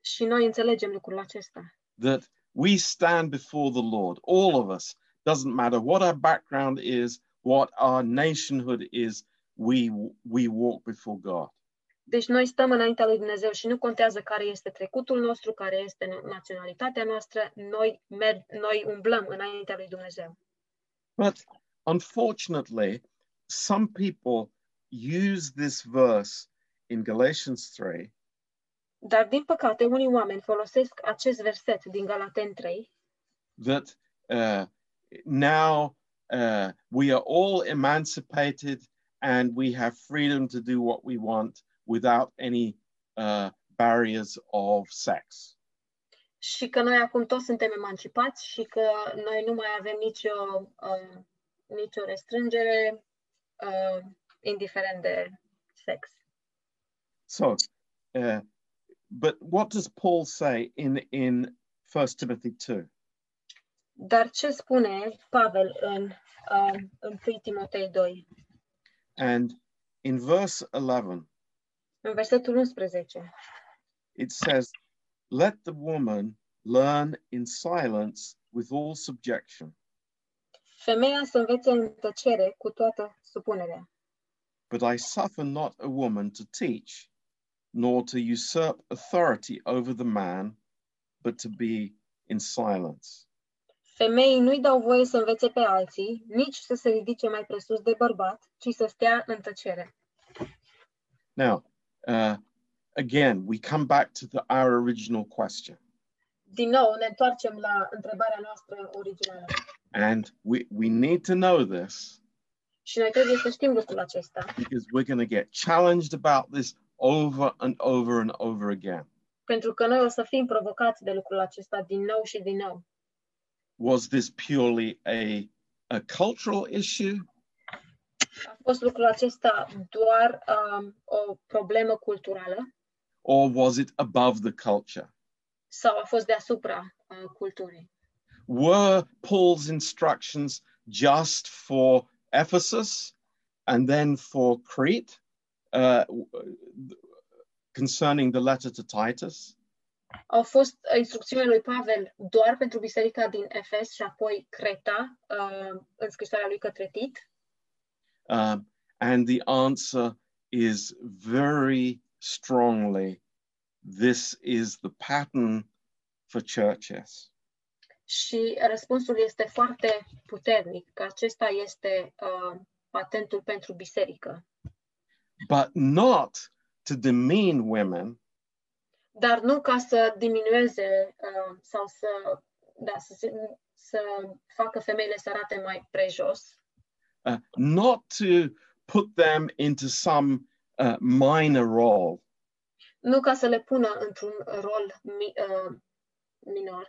S2: Și noi înțelegem lucrul acesta.
S1: that we stand before the Lord, all of us, doesn't matter what our background is, what our nationhood is, we, we walk before God.
S2: Deci noi stăm înaintea lui Dumnezeu și nu contează care este trecutul nostru, care este naționalitatea noastră, noi, merg, noi umblăm înaintea lui Dumnezeu.
S1: But unfortunately, some people use this verse in Galatians 3
S2: Dar din păcate, unii oameni folosesc acest verset din Galaten 3
S1: that uh, now uh, we are all emancipated and we have freedom to do what we want without any uh, barriers of sex.
S2: și că noi acum toți suntem emancipați și că noi nu mai avem nicio, uh, nicio restrângere uh, indiferent de sex.
S1: So, uh, but what does Paul say in in First Timothy two?
S2: Dar ce spune Pavel în, uh, în 1 Timotei 2,
S1: And in verse eleven,
S2: în versetul 11?
S1: it says, "Let the woman learn in silence with all subjection,
S2: Femeia să învețe în tăcere cu toată supunerea.
S1: but I suffer not a woman to teach, nor to usurp authority over the man, but to be in silence."
S2: Femeii nu-i dau voie să învețe pe alții, nici să se ridice mai presus de bărbat, ci să stea în tăcere.
S1: Now, uh, again, we come back to the, our original question,
S2: Din nou, ne întoarcem la întrebarea noastră originală.
S1: and we, we need to know this
S2: Și noi trebuie să știm lucrul acesta,
S1: because we're going to get challenged about this over and over and over again.
S2: pentru că noi o să fim provocați de lucrul acesta din nou și din nou.
S1: Was this purely a, a cultural issue,
S2: A fost lucrul acesta doar um, o problemă culturală
S1: or was it above the culture?
S2: sau a fost deasupra uh, culturii?
S1: Were Paul's instructions just for Ephesus and then for Crete uh, concerning the letter to Titus?
S2: Au fost uh, instrucțiunile lui Pavel doar pentru biserica din Efes și apoi Creta, uh, în scrisoarea lui către Tit,
S1: Um, and the answer is very strongly this is the pattern for churches.
S2: Și răspunsul este foarte puternic, că acesta este uh, patentul pentru biserică.
S1: But not to demean women,
S2: Dar nu ca să diminueze uh, sau să, da, să, se- să facă femeile să arate mai prejos,
S1: uh, not to put them into some uh, minor role,
S2: nu ca să le pună într-un rol mi, uh, minor,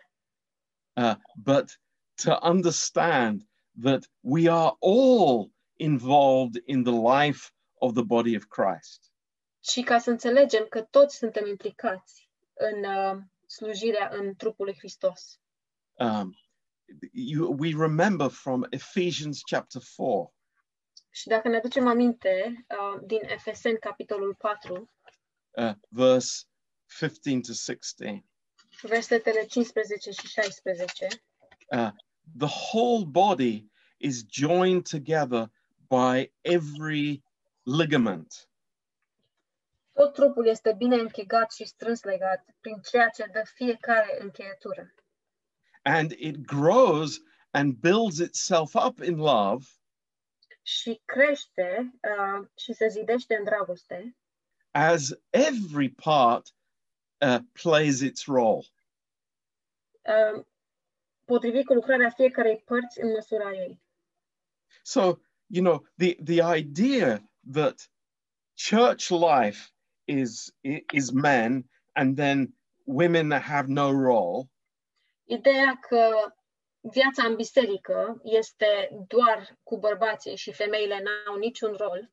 S1: uh, but to understand that we are all involved in the life of the body of Christ.
S2: ci ca să înțelegem că toți suntem implicați în uh, slujirea în trupul lui Hristos.
S1: um, you, we remember from Ephesians chapter 4
S2: Și dacă ne aducem aminte uh, din Efesen, capitolul 4,
S1: uh, verse 15 to 16
S2: versetele 15 și 16,
S1: the whole body is joined together by every ligament
S2: tot trupul este bine închegat și strâns legat prin ceea ce dă fiecare încheietură.
S1: and it grows and builds itself up in love
S2: Și crește uh, și se zidește în dragoste,
S1: as every part uh, plays its role
S2: uh, potrivit cu lucrarea fiecarei părți în măsura ei.
S1: so you know the the idea that church life is i- is men and then women have no role
S2: Ideea că viața în biserică este doar cu bărbații și femeile n-au niciun rol,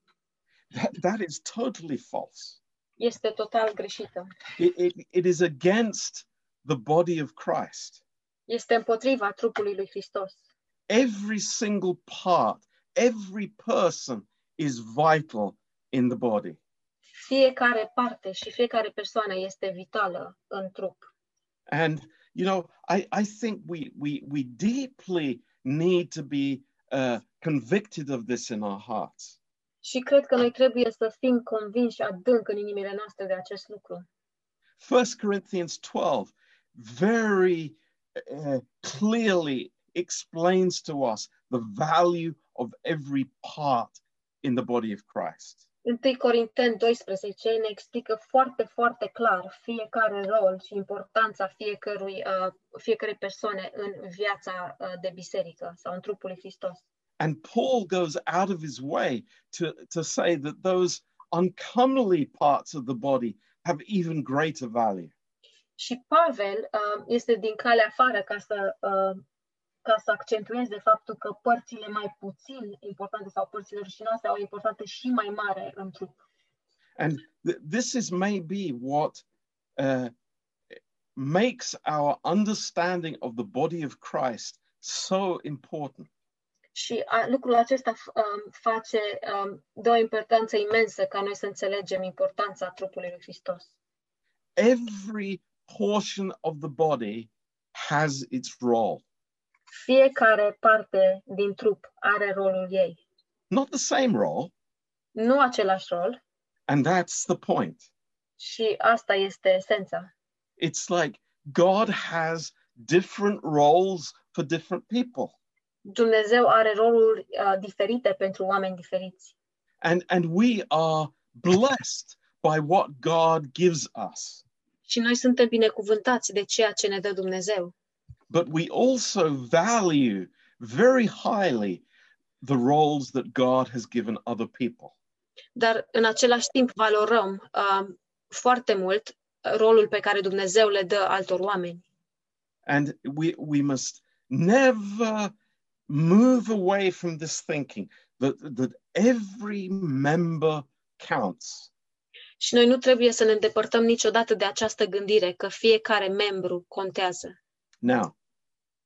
S1: that, that is totally false
S2: este total greșită.
S1: it, it, it is against the body of christ
S2: Este împotriva trupului lui Hristos.
S1: every single part every person is vital in the body
S2: Fiecare parte și fiecare persoană este vitală în trup.
S1: and you know i i think we we we deeply need to be uh, convicted of this in our hearts.
S2: Și cred că noi trebuie să fim convinși adânc în inimile noastre de acest lucru.
S1: 1 Corinthians 12 very uh, clearly explains to us the value of every part in the body of Christ.
S2: 1 Corinteni 12 ne explică foarte, foarte clar fiecare rol și importanța fiecărui, uh, fiecărei persoane în viața uh, de biserică sau în trupul lui Hristos.
S1: And Paul goes out of his way to, to say that those uncomely parts of the body have even greater value.
S2: Și Pavel uh, este din calea afară ca să, uh, ca să accentueze faptul că părțile mai puțin importante sau părțile rușinoase au o importanță și mai mare în trup.
S1: And th- this is maybe what uh, makes our understanding of the body of Christ so important.
S2: Și a, lucrul acesta f- um, face, um, dă o importanță imensă ca noi să înțelegem importanța trupului lui Hristos.
S1: Every portion of the body has its role.
S2: Fiecare parte din trup are rolul ei.
S1: Not the same role,
S2: Nu același rol
S1: and that's the point.
S2: și asta este esența.
S1: It's like God has different roles for different people.
S2: Dumnezeu are roluri uh, diferite pentru oameni diferiți.
S1: and and we are blessed by what god gives us
S2: Și noi suntem binecuvântați de ceea ce ne dă Dumnezeu.
S1: but we also value very highly the roles that god has given other people
S2: Dar în același timp valorăm uh, foarte mult uh, rolul pe care Dumnezeu le dă altor oameni.
S1: and we we must never move away from this thinking that that every member counts
S2: Și noi nu trebuie să ne îndepărtăm niciodată de această gândire că fiecare membru contează.
S1: now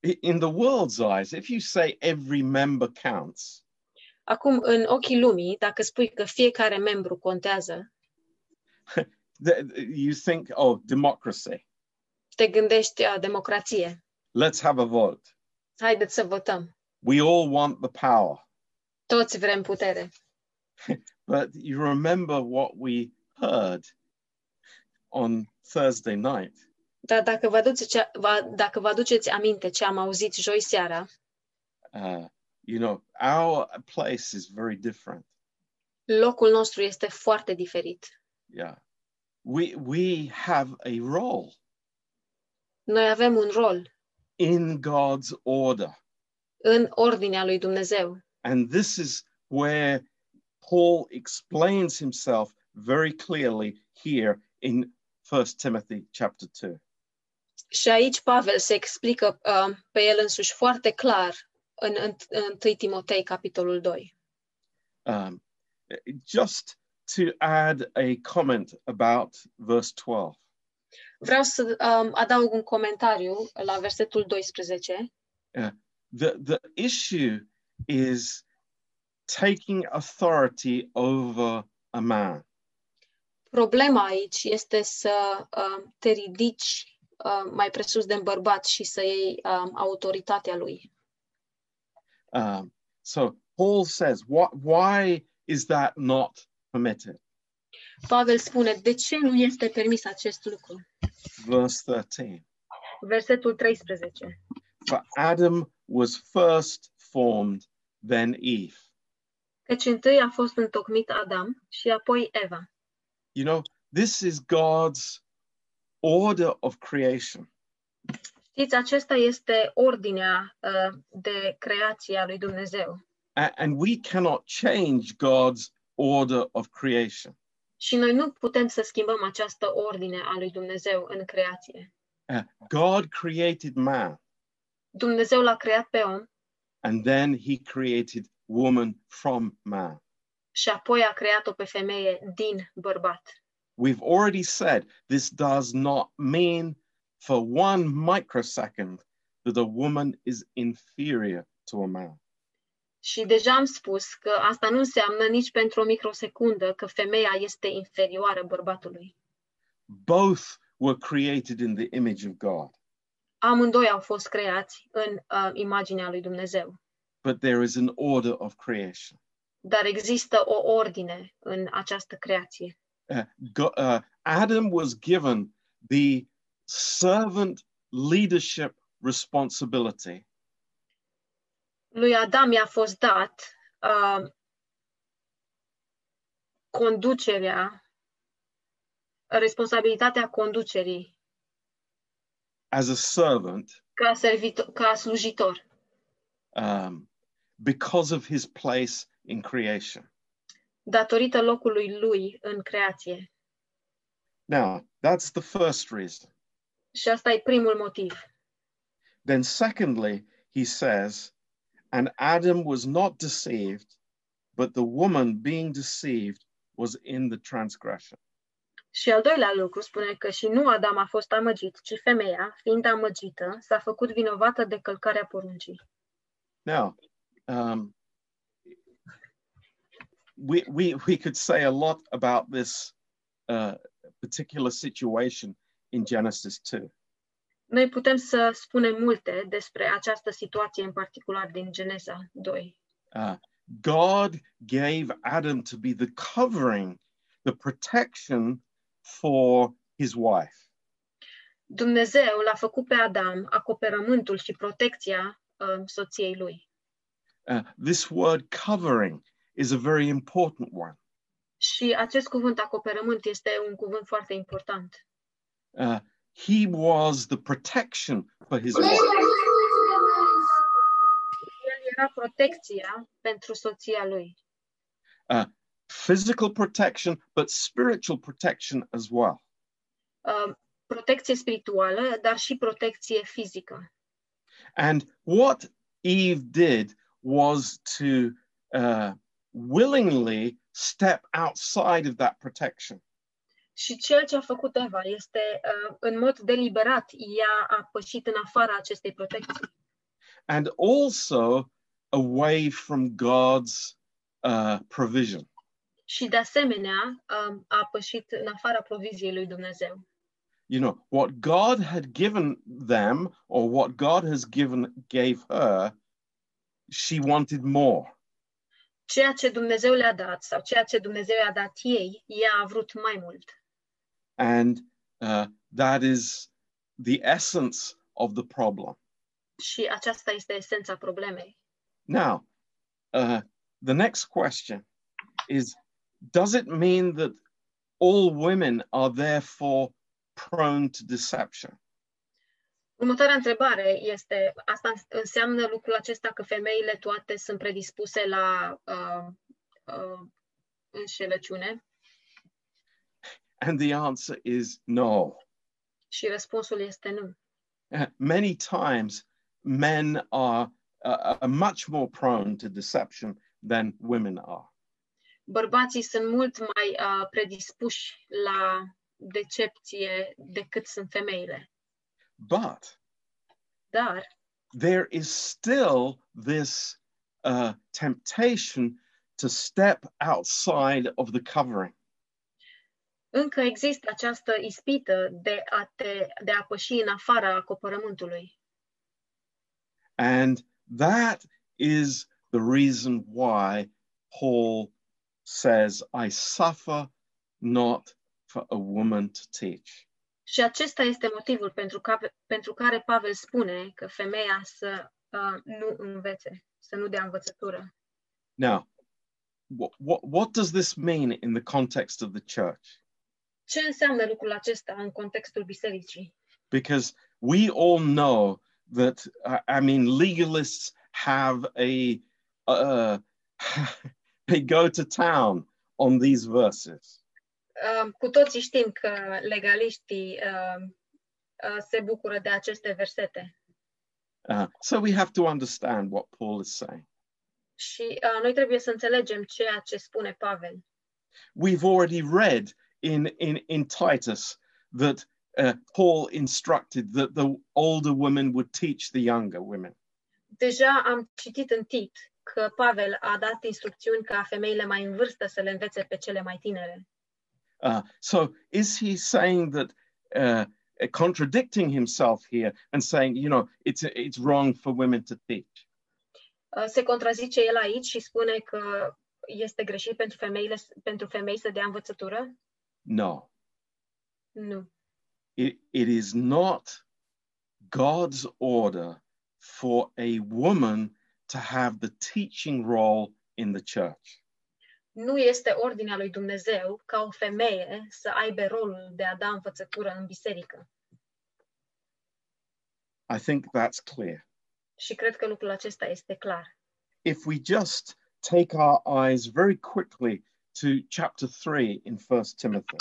S1: i- in the world's eyes if you say every member counts
S2: Acum, în ochii lumii, dacă spui că fiecare membru contează,
S1: th- you think oh democracy
S2: te gândești a democrație.
S1: let's have a vote
S2: Haideți să votăm.
S1: We all want the power,
S2: Toți vrem putere.
S1: but you remember what we heard on Thursday night
S2: Dar dacă vă, aduce ce, va, dacă vă aduceți aminte ce am auzit joi seara,
S1: uh, you know, our place is very different.
S2: locul nostru este foarte diferit.
S1: Yeah. We, we have a role
S2: Noi avem un rol
S1: in God's order.
S2: în ordinea lui Dumnezeu.
S1: And this is where Paul explains himself very clearly here in First Timothy chapter 2.
S2: Și aici Pavel se explică uh, pe el însuși foarte clar în, în, în 1 Timotei, capitolul 2.
S1: Um, just to add a comment about verse 12.
S2: Vreau să um, adaug un comentariu la versetul 12.
S1: the the issue is taking authority over a man
S2: Problema aici este să uh, te ridici uh, mai presus de bărbat și să iei um, autoritatea lui.
S1: um, so paul says what why is that not permitted
S2: Pavel spune, de ce nu este permis acest lucru?
S1: verse 13
S2: Versetul 13.
S1: for adam was first formed then eve
S2: Căci întâi a fost întocmit Adam și apoi Eva.
S1: you know this is god's order of creation
S2: Știți, acesta este ordinea uh, de creație a lui Dumnezeu.
S1: a- and we cannot change god's order of creation
S2: Și noi nu putem să schimbăm această ordine a lui Dumnezeu în creație.
S1: Uh, god created man
S2: Dumnezeu l-a creat pe om
S1: and then he created woman from man.
S2: și apoi a creat-o pe femeie din bărbat.
S1: We've already said this does not mean for one microsecond that a woman is inferior to a man.
S2: Și deja am spus că asta nu înseamnă nici pentru o microsecundă că femeia este inferioară bărbatului.
S1: Both were created in the image of God.
S2: Amândoi au fost creați în uh, imaginea lui Dumnezeu.
S1: but there is an order of creation.
S2: dar există o ordine în această creație.
S1: Go- uh, Adam was given the servant leadership responsibility.
S2: Lui Adam i-a fost dat uh, conducerea, responsabilitatea conducerii
S1: As a servant,
S2: ca, servitor, ca slujitor,
S1: um, because of his place in creation.
S2: datorită locului lui în creație.
S1: Now, that's the first reason.
S2: Și asta e primul motiv.
S1: Then, secondly, he says, and Adam was not deceived, but the woman being deceived was in the transgression.
S2: Și al doilea lucru spune că și nu Adam a fost amăgit, ci femeia, fiind amăgită, s-a făcut vinovată de călcarea poruncii.
S1: Now, um, we, we, we could say a lot about this uh, particular situation in Genesis 2.
S2: Noi putem să spunem multe despre această situație în particular din Genesa 2.
S1: Uh, God gave Adam to be the covering, the protection for his wife.
S2: Dumnezeu l-a făcut pe Adam acoperământul și protecția um, soției lui.
S1: Uh, this word covering is a very important one.
S2: Și acest cuvânt acoperământ este un cuvânt foarte important.
S1: Uh, he was the protection for his wife.
S2: El era protecția pentru soția lui.
S1: Physical protection, but spiritual protection as well.
S2: Um, protecție spirituală, dar și protecție fizică.
S1: And what Eve did was to uh, willingly step outside of that protection.
S2: Și ceea ce a făcut Eva este, uh, în mod deliberat, ea a pășit în afara acestei protecții
S1: and also away from God's uh, provision.
S2: și, de asemenea, um, a pășit în afara proviziei lui Dumnezeu.
S1: You know, what God had given them or what God has given gave her, she wanted more.
S2: Ceea ce Dumnezeu le-a dat sau ceea ce Dumnezeu i-a dat ei, ea a vrut mai mult.
S1: And uh, that is the essence of the problem.
S2: Și aceasta este esența problemei.
S1: Now, uh, the next question is Does it mean that all women are therefore prone to deception?
S2: Următoarea întrebare este, asta înse- înseamnă lucrul acesta că femeile toate sunt predispuse la uh, uh, înșelăciune?
S1: And the answer is no.
S2: Și răspunsul este nu.
S1: Uh, [LAUGHS] Many times, men are, uh, are much more prone to deception than women are.
S2: bărbații sunt mult mai uh, predispuși la decepție decât sunt femeile.
S1: But
S2: Dar
S1: there is still this uh, temptation to step outside of the covering.
S2: încă există această ispită de a, te, de a păși în afara acoperământului.
S1: And that is the reason why Paul says, I suffer not for a woman to teach.
S2: Și acesta este motivul pentru, ca, pentru care Pavel spune că femeia să uh, nu învețe, să nu dea învățătură.
S1: Now, what, what, what does this mean in the context of the church?
S2: Ce înseamnă lucrul acesta în contextul bisericii?
S1: Because we all know that, uh, I- I mean, legalists have a, uh, [LAUGHS] they go to town on these verses.
S2: Uh, cu toții știm că legaliștii uh, uh, se bucură de aceste versete.
S1: Uh, so we have to understand what Paul is saying.
S2: Și uh, noi trebuie să înțelegem ceea ce spune Pavel.
S1: we've already read in in in Titus that uh, Paul instructed that the older women would teach the younger women.
S2: Deja am citit în Tit că Pavel a dat instrucțiuni ca femeile mai în vârstă să le învețe pe cele mai tinere.
S1: Uh, so is he saying that uh, contradicting himself here and saying you know it's it's wrong for women to teach?
S2: Uh, se contrazice el aici și spune că este greșit pentru, femeile, pentru femei să dea învățătură?
S1: No,
S2: Nu.
S1: it, it is not God's order for a woman to have the teaching role in the church.
S2: Nu este ordinea lui Dumnezeu ca o femeie să aibă rolul de a da învățătură în biserică.
S1: I think that's clear.
S2: Și cred că lucrul acesta este clar.
S1: If we just take our eyes very quickly to chapter 3 in 1 Timothy,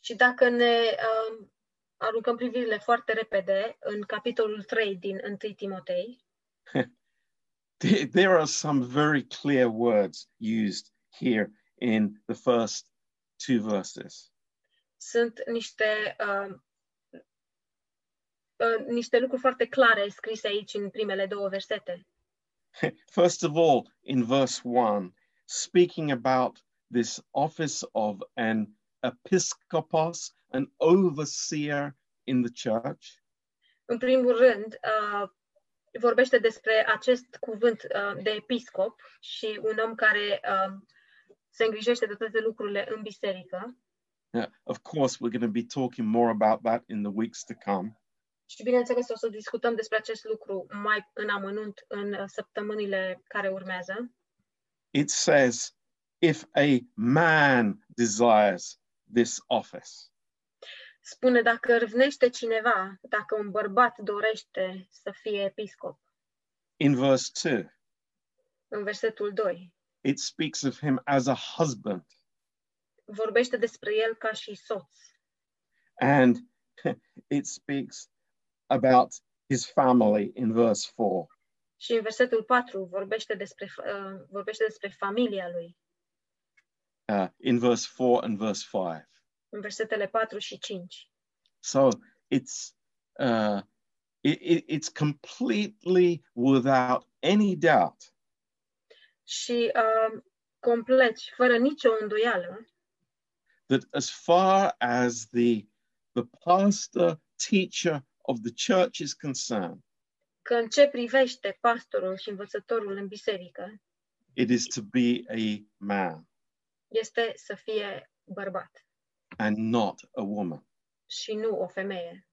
S2: Și dacă ne um, aruncăm privirile foarte repede în capitolul 3 din 1 Timotei,
S1: th- there are some very clear words used here in the first two verses.
S2: sunt niște, um, uh, niște lucruri foarte clare scrise aici în primele două versete.
S1: First of all, in verse 1, speaking about this office of an episcopos, an overseer in the church,
S2: În primul rând, uh, vorbește despre acest cuvânt uh, de episcop și un om care uh, se îngrijește de toate lucrurile în biserică.
S1: Uh, of course, we're going to be talking more about that in the weeks to come.
S2: Și bineînțeles o să discutăm despre acest lucru mai în amănunt în uh, săptămânile care urmează.
S1: It says, if a man desires this office,
S2: Spune dacă râvnește cineva, dacă un bărbat dorește să fie episcop,
S1: in verse 2,
S2: în versetul 2,
S1: it speaks of him as a husband.
S2: vorbește despre el ca și soț
S1: And [LAUGHS] it speaks about his family in verse 4.
S2: și în versetul 4 vorbește despre, uh, vorbește despre familia lui,
S1: uh, in verse 4 and verse 5.
S2: în versetele 4 și 5.
S1: So it's uh, it, it, it's completely without any doubt
S2: Și uh, complet, și fără nicio îndoială,
S1: that as far as the the pastor teacher of the church is concerned,
S2: că în ce privește pastorul și învățătorul în biserică,
S1: it is to be a man
S2: este să fie bărbat
S1: and not a woman.
S2: și nu o femeie.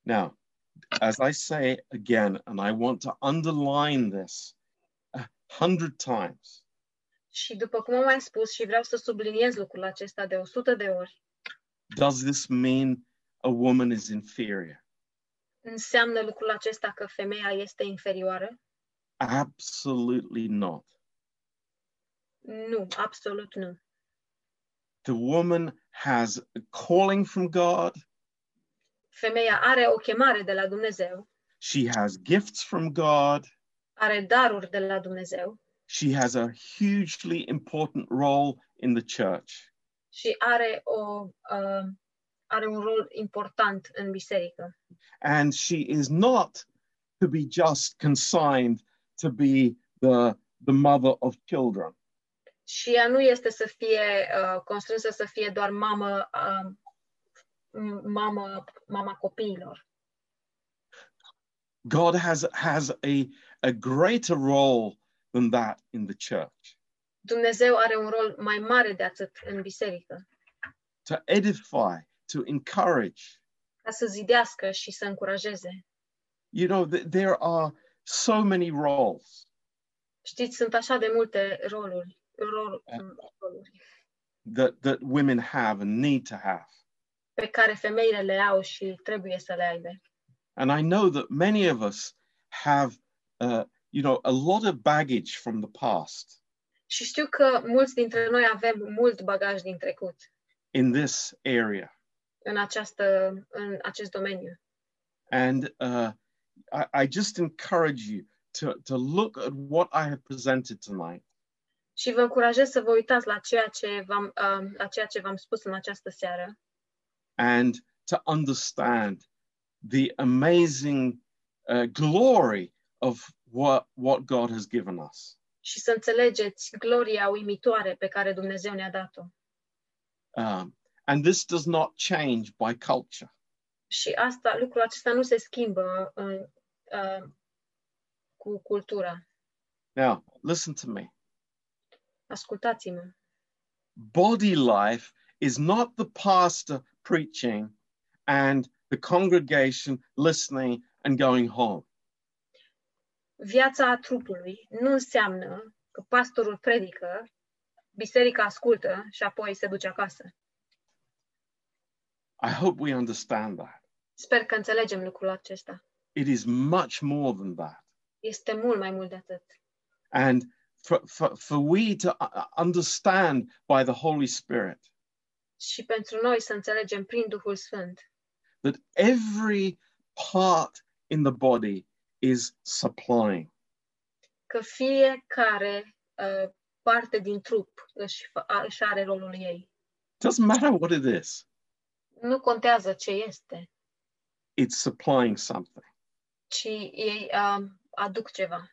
S1: Now, as I say again, and I want to underline this a hundred times,
S2: Și după cum am mai spus și vreau să subliniez lucrul acesta de 100 de ori,
S1: does this mean a woman is inferior?
S2: înseamnă lucrul acesta că femeia este inferioară?
S1: Absolutely not.
S2: Nu, absolut nu.
S1: the woman has a calling from God,
S2: Femeia are o chemare de la Dumnezeu,
S1: she has gifts from God,
S2: are daruri de la Dumnezeu
S1: she has a hugely important role in the church.
S2: și are, o, uh, are un rol important în biserică.
S1: And she is not to be just consigned to be the, the mother of children.
S2: Și ea nu este să fie uh, constrânsă să fie doar mamă, uh, m- mamă, mama copiilor.
S1: God has, has a, a greater role than that in the church
S2: Dumnezeu are un rol mai mare de atât în biserică,
S1: to edify, to encourage.
S2: ca să zidească și să încurajeze.
S1: You know, th- there are so many roles.
S2: Știți, sunt așa de multe roluri, rol, roluri
S1: that that women have and need to have.
S2: pe care femeile le au și trebuie să le aibă.
S1: And I know that many of us have, uh, you know, a lot of baggage from the past
S2: Și știu că mulți dintre noi avem mult bagaj din trecut
S1: in this area,
S2: în, această, în acest domeniu.
S1: and uh, I, I just encourage you to to look at what I have presented tonight
S2: Și vă încurajez să vă uitați la ceea ce v-am, um, la ceea ce v-am spus în această seară
S1: and to understand the amazing uh, glory of what what God has given us.
S2: și să înțelegeți gloria uimitoare pe care Dumnezeu ne-a dat-o.
S1: Um, and this does not change by culture.
S2: Și asta, lucrul acesta nu se schimbă în, uh, cu cultura.
S1: Now, listen to me.
S2: Ascultați-mă.
S1: Body life is not the pastor preaching and the congregation listening and going home.
S2: Viața trupului nu înseamnă că pastorul predică, biserica ascultă și apoi se duce acasă.
S1: I hope we understand that.
S2: Sper că înțelegem lucrul acesta.
S1: It is much more than that.
S2: Este mult mai mult de atât.
S1: And for, for, for we to uh, understand by the Holy Spirit
S2: Și pentru noi să înțelegem prin Duhul Sfânt
S1: that every part in the body is supplying.
S2: că fiecare uh, parte din trup își, fa- a- își are rolul ei.
S1: Doesn't matter what it is,
S2: Nu contează ce este,
S1: it's supplying something.
S2: ci ei uh, aduc ceva.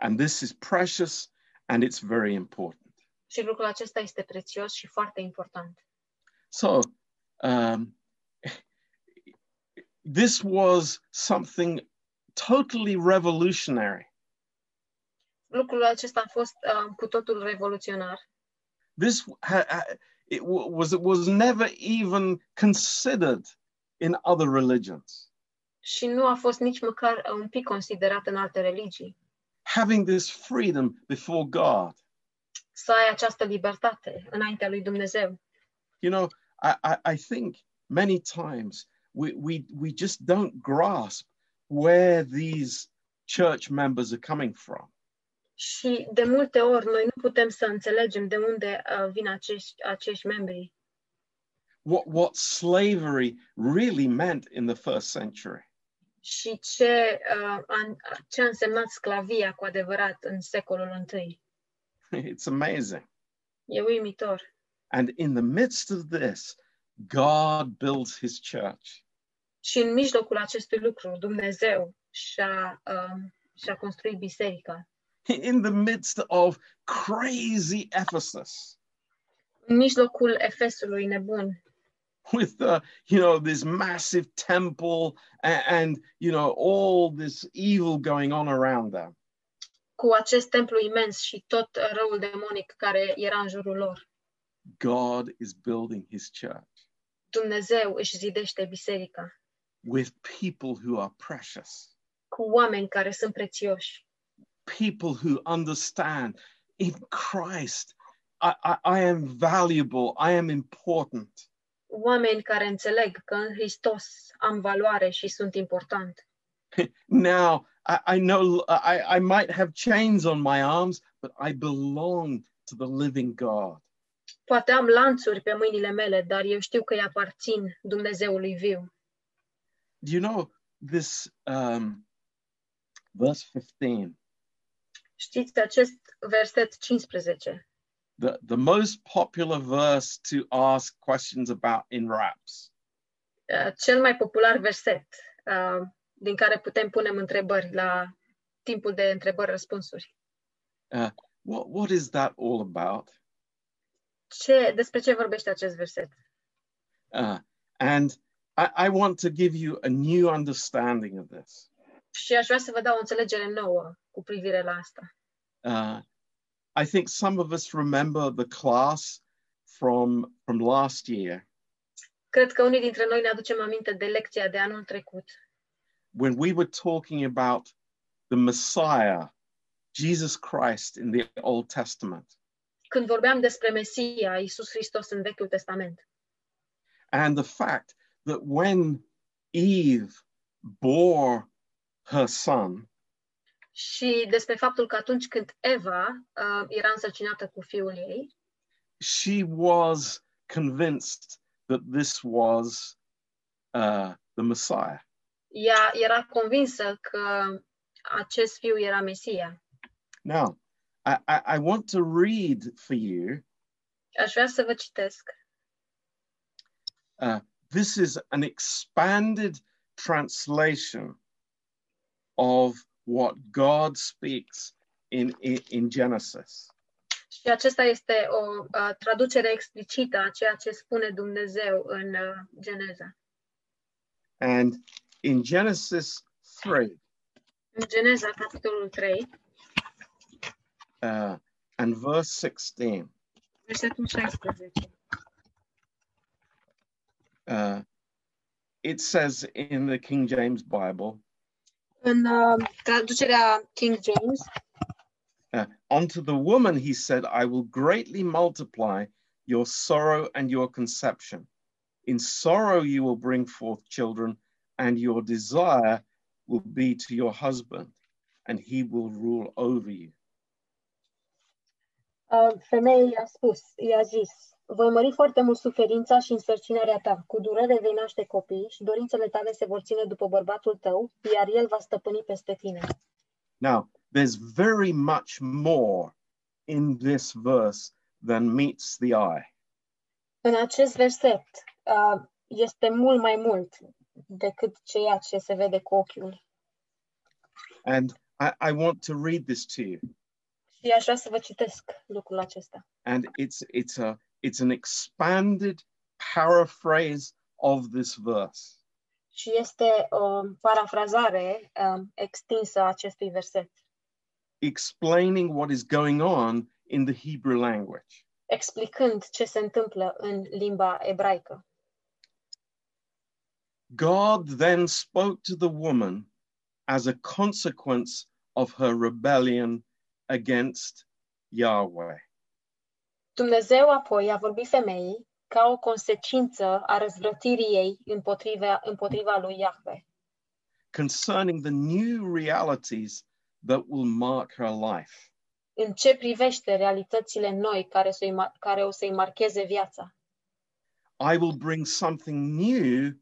S1: And this is precious and it's very important.
S2: Și lucrul acesta este prețios și foarte important.
S1: So, um, this was something totally revolutionary.
S2: Lucrul acesta a fost uh, cu totul revoluționar.
S1: This ha- ha- it wa- was it was never even considered in other religions.
S2: Și nu a fost nici măcar uh, un pic considerat în alte religii.
S1: Having this freedom before God,
S2: Să ai această libertate înaintea lui Dumnezeu.
S1: you know, I, I, I think many times we, we we just don't grasp where these church members are coming from.
S2: Și de multe ori noi nu putem să înțelegem de unde uh, vin acești, acești membri.
S1: what what slavery really meant in the first century. [LAUGHS]
S2: și ce, uh, a, ce a însemnat sclavia cu adevărat în secolul I.
S1: It's amazing.
S2: E uimitor.
S1: And in the midst of this, God builds his church. [LAUGHS]
S2: Și în mijlocul acestui lucru, Dumnezeu și-a, uh, și-a construit biserica.
S1: In the midst of crazy Ephesus,
S2: În mijlocul Efesului nebun,
S1: with the, you know, this massive temple and, and you know all this evil going on around them.
S2: cu acest templu imens și tot răul demonic care era în jurul lor,
S1: God is building his church
S2: Dumnezeu își zidește biserica
S1: with people who are precious,
S2: cu oameni care sunt prețioși,
S1: people who understand in Christ, I, I, I am valuable, I am important.
S2: oameni care înțeleg că în Hristos am valoare și sunt important.
S1: Now, I, I know I, I might have chains on my arms, but I belong to the living God.
S2: Poate am lanțuri pe mâinile mele, dar eu știu că îi aparțin Dumnezeului viu.
S1: Do you know this um, verse 15?
S2: Știți acest verset 15?
S1: The, the most popular verse to ask questions about in raps.
S2: Uh, Cel mai popular verset uh, din care putem punem întrebări la timpul de întrebări-răspunsuri.
S1: What, what is that all about?
S2: Ce, despre ce vorbește acest verset?
S1: Uh, and I, I want to give you a new understanding of this.
S2: Și aș vrea să vă dau o înțelegere nouă cu privire la asta.
S1: Uh, I think some of us remember the class from from last year
S2: Cred că unii dintre noi ne aducem aminte de lecția de anul trecut,
S1: when we were talking about the Messiah, Jesus Christ in the Old Testament,
S2: când vorbeam despre Mesia, Iisus Hristos în Vechiul Testament.
S1: and the fact that when Eve bore her son,
S2: și despre faptul că atunci când Eva uh, era însărcinată cu fiul ei,
S1: she was convinced that this was uh, the Messiah.
S2: ea era convinsă că acest fiu era Mesia.
S1: Now, I, I, I want to read for you
S2: Aș vrea să vă citesc.
S1: this is an expanded translation of what God speaks in, in, in Genesis.
S2: Și acesta este o uh, traducere explicită a ceea ce spune Dumnezeu în uh, Geneza.
S1: And in Genesis 3,
S2: În Geneza, capitolul 3,
S1: uh, and verse 16.
S2: Versetul 16.
S1: Uh, it says in the King James Bible,
S2: În uh, traducerea King James,
S1: Unto the woman he said, I will greatly multiply your sorrow and your conception. In sorrow you will bring forth children, and your desire will be to your husband, and he will rule over you.
S2: uh, femeii i-a spus, i-a zis, voi mări foarte mult suferința și însărcinarea ta. Cu durere vei naște copii și dorințele tale se vor ține după bărbatul tău, iar el va stăpâni peste tine.
S1: Now, there's very much more in this verse than meets the eye.
S2: În acest verset uh, este mult mai mult decât ceea ce se vede cu ochiul.
S1: And I, I want to read this to you.
S2: Și aș vrea să vă citesc lucrul acesta.
S1: and it's it's a it's an expanded paraphrase of this verse
S2: Și este o parafrazare um, extinsă a acestui verset,
S1: explaining what is going on in the hebrew language
S2: explicând ce se întâmplă în limba ebraică.
S1: god then spoke to the woman as a consequence of her rebellion against yahweh
S2: Dumnezeu apoi a vorbit femeii ca o consecință a răzvrătirii ei împotriva, împotriva lui Iahve,
S1: concerning the new realities that will mark her life
S2: în ce privește realitățile noi care, să-i, ma- care o să-i marcheze viața.
S1: i will bring something new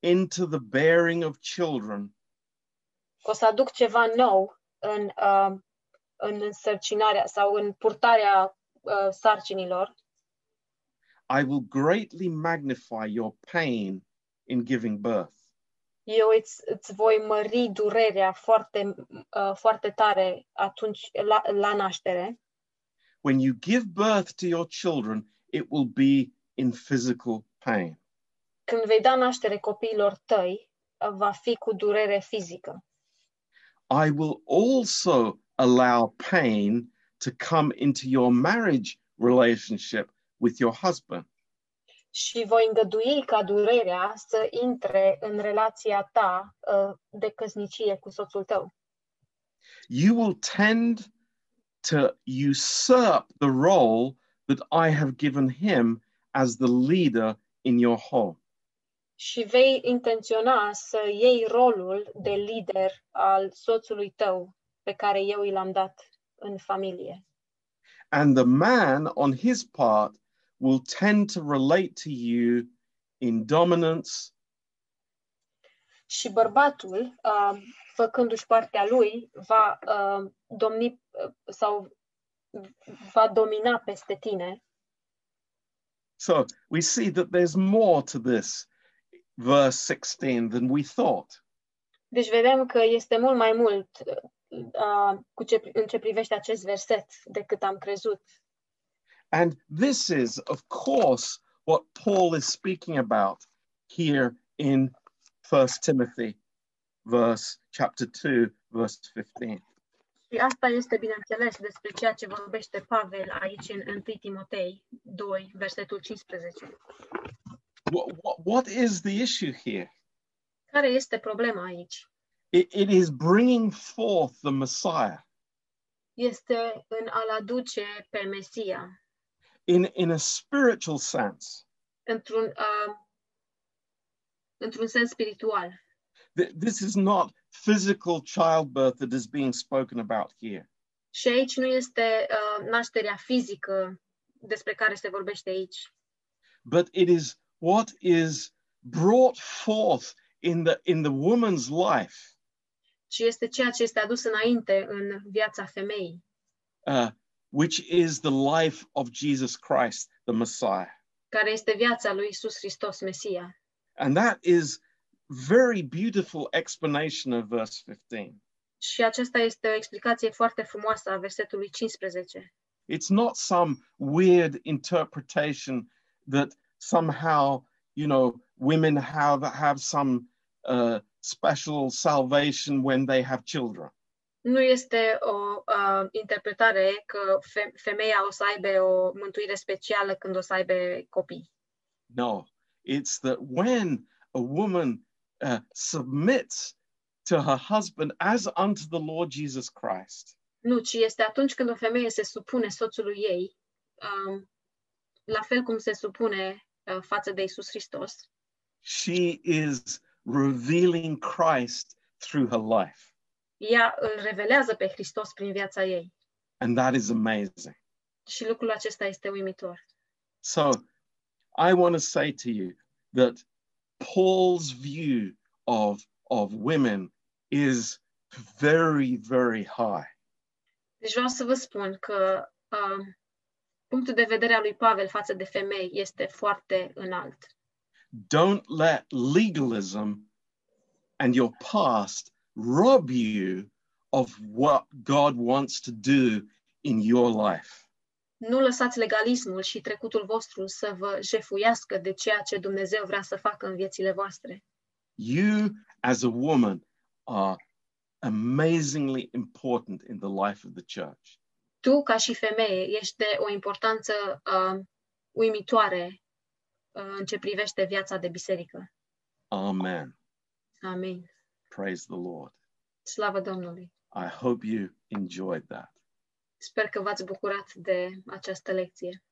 S1: into the bearing of children
S2: O să aduc ceva nou în, uh, în însărcinarea sau în purtarea uh, sarcinilor
S1: I will greatly magnify your pain in giving birth.
S2: eu îți, îți voi mări durerea foarte, uh, foarte tare atunci la, la naștere.
S1: When you give birth to your children, it will be in physical pain.
S2: Când vei da naștere copiilor tăi, uh, va fi cu durere fizică.
S1: I will also allow pain to come into your marriage relationship with your husband.
S2: și voi îngădui ca durerea să intre în relația ta uh, de căsnicie cu soțul tău.
S1: You will tend to usurp the role that I have given him as the leader in your home.
S2: Și vei intenționa să iei rolul de lider al soțului tău pe care eu i l-am dat în familie.
S1: And the man, on his part, will tend to relate to you in dominance,
S2: Și bărbatul, uh, făcându-și partea lui, va uh, domni uh, sau va domina peste tine.
S1: So we see that there's more to this verse 16 than we thought.
S2: Deci vedem că este mult mai mult uh, cu ce, în ce privește acest verset decât am crezut.
S1: And this is, of course, what Paul is speaking about here in 1 Timothy verse chapter 2 verse 15.
S2: Și asta este, bineînțeles, despre ceea ce vorbește Pavel aici în 1 Timotei 2, versetul 15.
S1: What, what, what is the issue here?
S2: Care este problema aici?
S1: It, it is bringing forth the Messiah.
S2: Este în a-L aduce pe Mesia,
S1: In, in a spiritual sense,
S2: într-un, uh, într-un sens spiritual.
S1: Th- this is not physical childbirth that is being spoken about here.
S2: Și aici nu este uh, nașterea fizică despre care se vorbește aici,
S1: but it is what is brought forth in the in the woman's life
S2: ci este ceea ce este adus înainte în viața femeii,
S1: uh, which is the life of jesus christ the messiah
S2: care este viața lui Isus Hristos, Mesia.
S1: and that is very beautiful explanation of verse 15
S2: Și aceasta este o explicație foarte frumoasă a versetului 15.
S1: it's not some weird interpretation that somehow you know women have have some uh, special salvation when they have children
S2: nu este o uh, interpretare că femeia o să aibă o mântuire specială când o să aibă copii.
S1: No, it's that when a woman uh, submits to her husband as unto the Lord Jesus Christ,
S2: Nu, ci este atunci când o femeie se supune soțului ei, um, la fel cum se supune uh, față de Isus Hristos,
S1: she is revealing Christ through her life.
S2: ea îl revelează pe Hristos prin viața ei.
S1: And that is amazing.
S2: Și lucrul acesta este uimitor.
S1: So I want to say to you that Paul's view of, of women is very, very high.
S2: Deci vreau să vă spun că um, punctul de vedere al lui Pavel față de femei este foarte înalt.
S1: Don't let legalism and your past rob you of what God wants to do in your life.
S2: Nu lăsați legalismul și trecutul vostru să vă jefuiască de ceea ce Dumnezeu vrea să facă în viețile voastre.
S1: You, as a woman, are amazingly important in the life of the church.
S2: Tu, ca și femeie, ești de o importanță uh, uimitoare uh, în ce privește viața de biserică.
S1: Amen.
S2: Amin.
S1: Praise the Lord.
S2: Slavă Domnului!
S1: I hope you enjoyed that.
S2: Sper că v-ați bucurat de această lecție.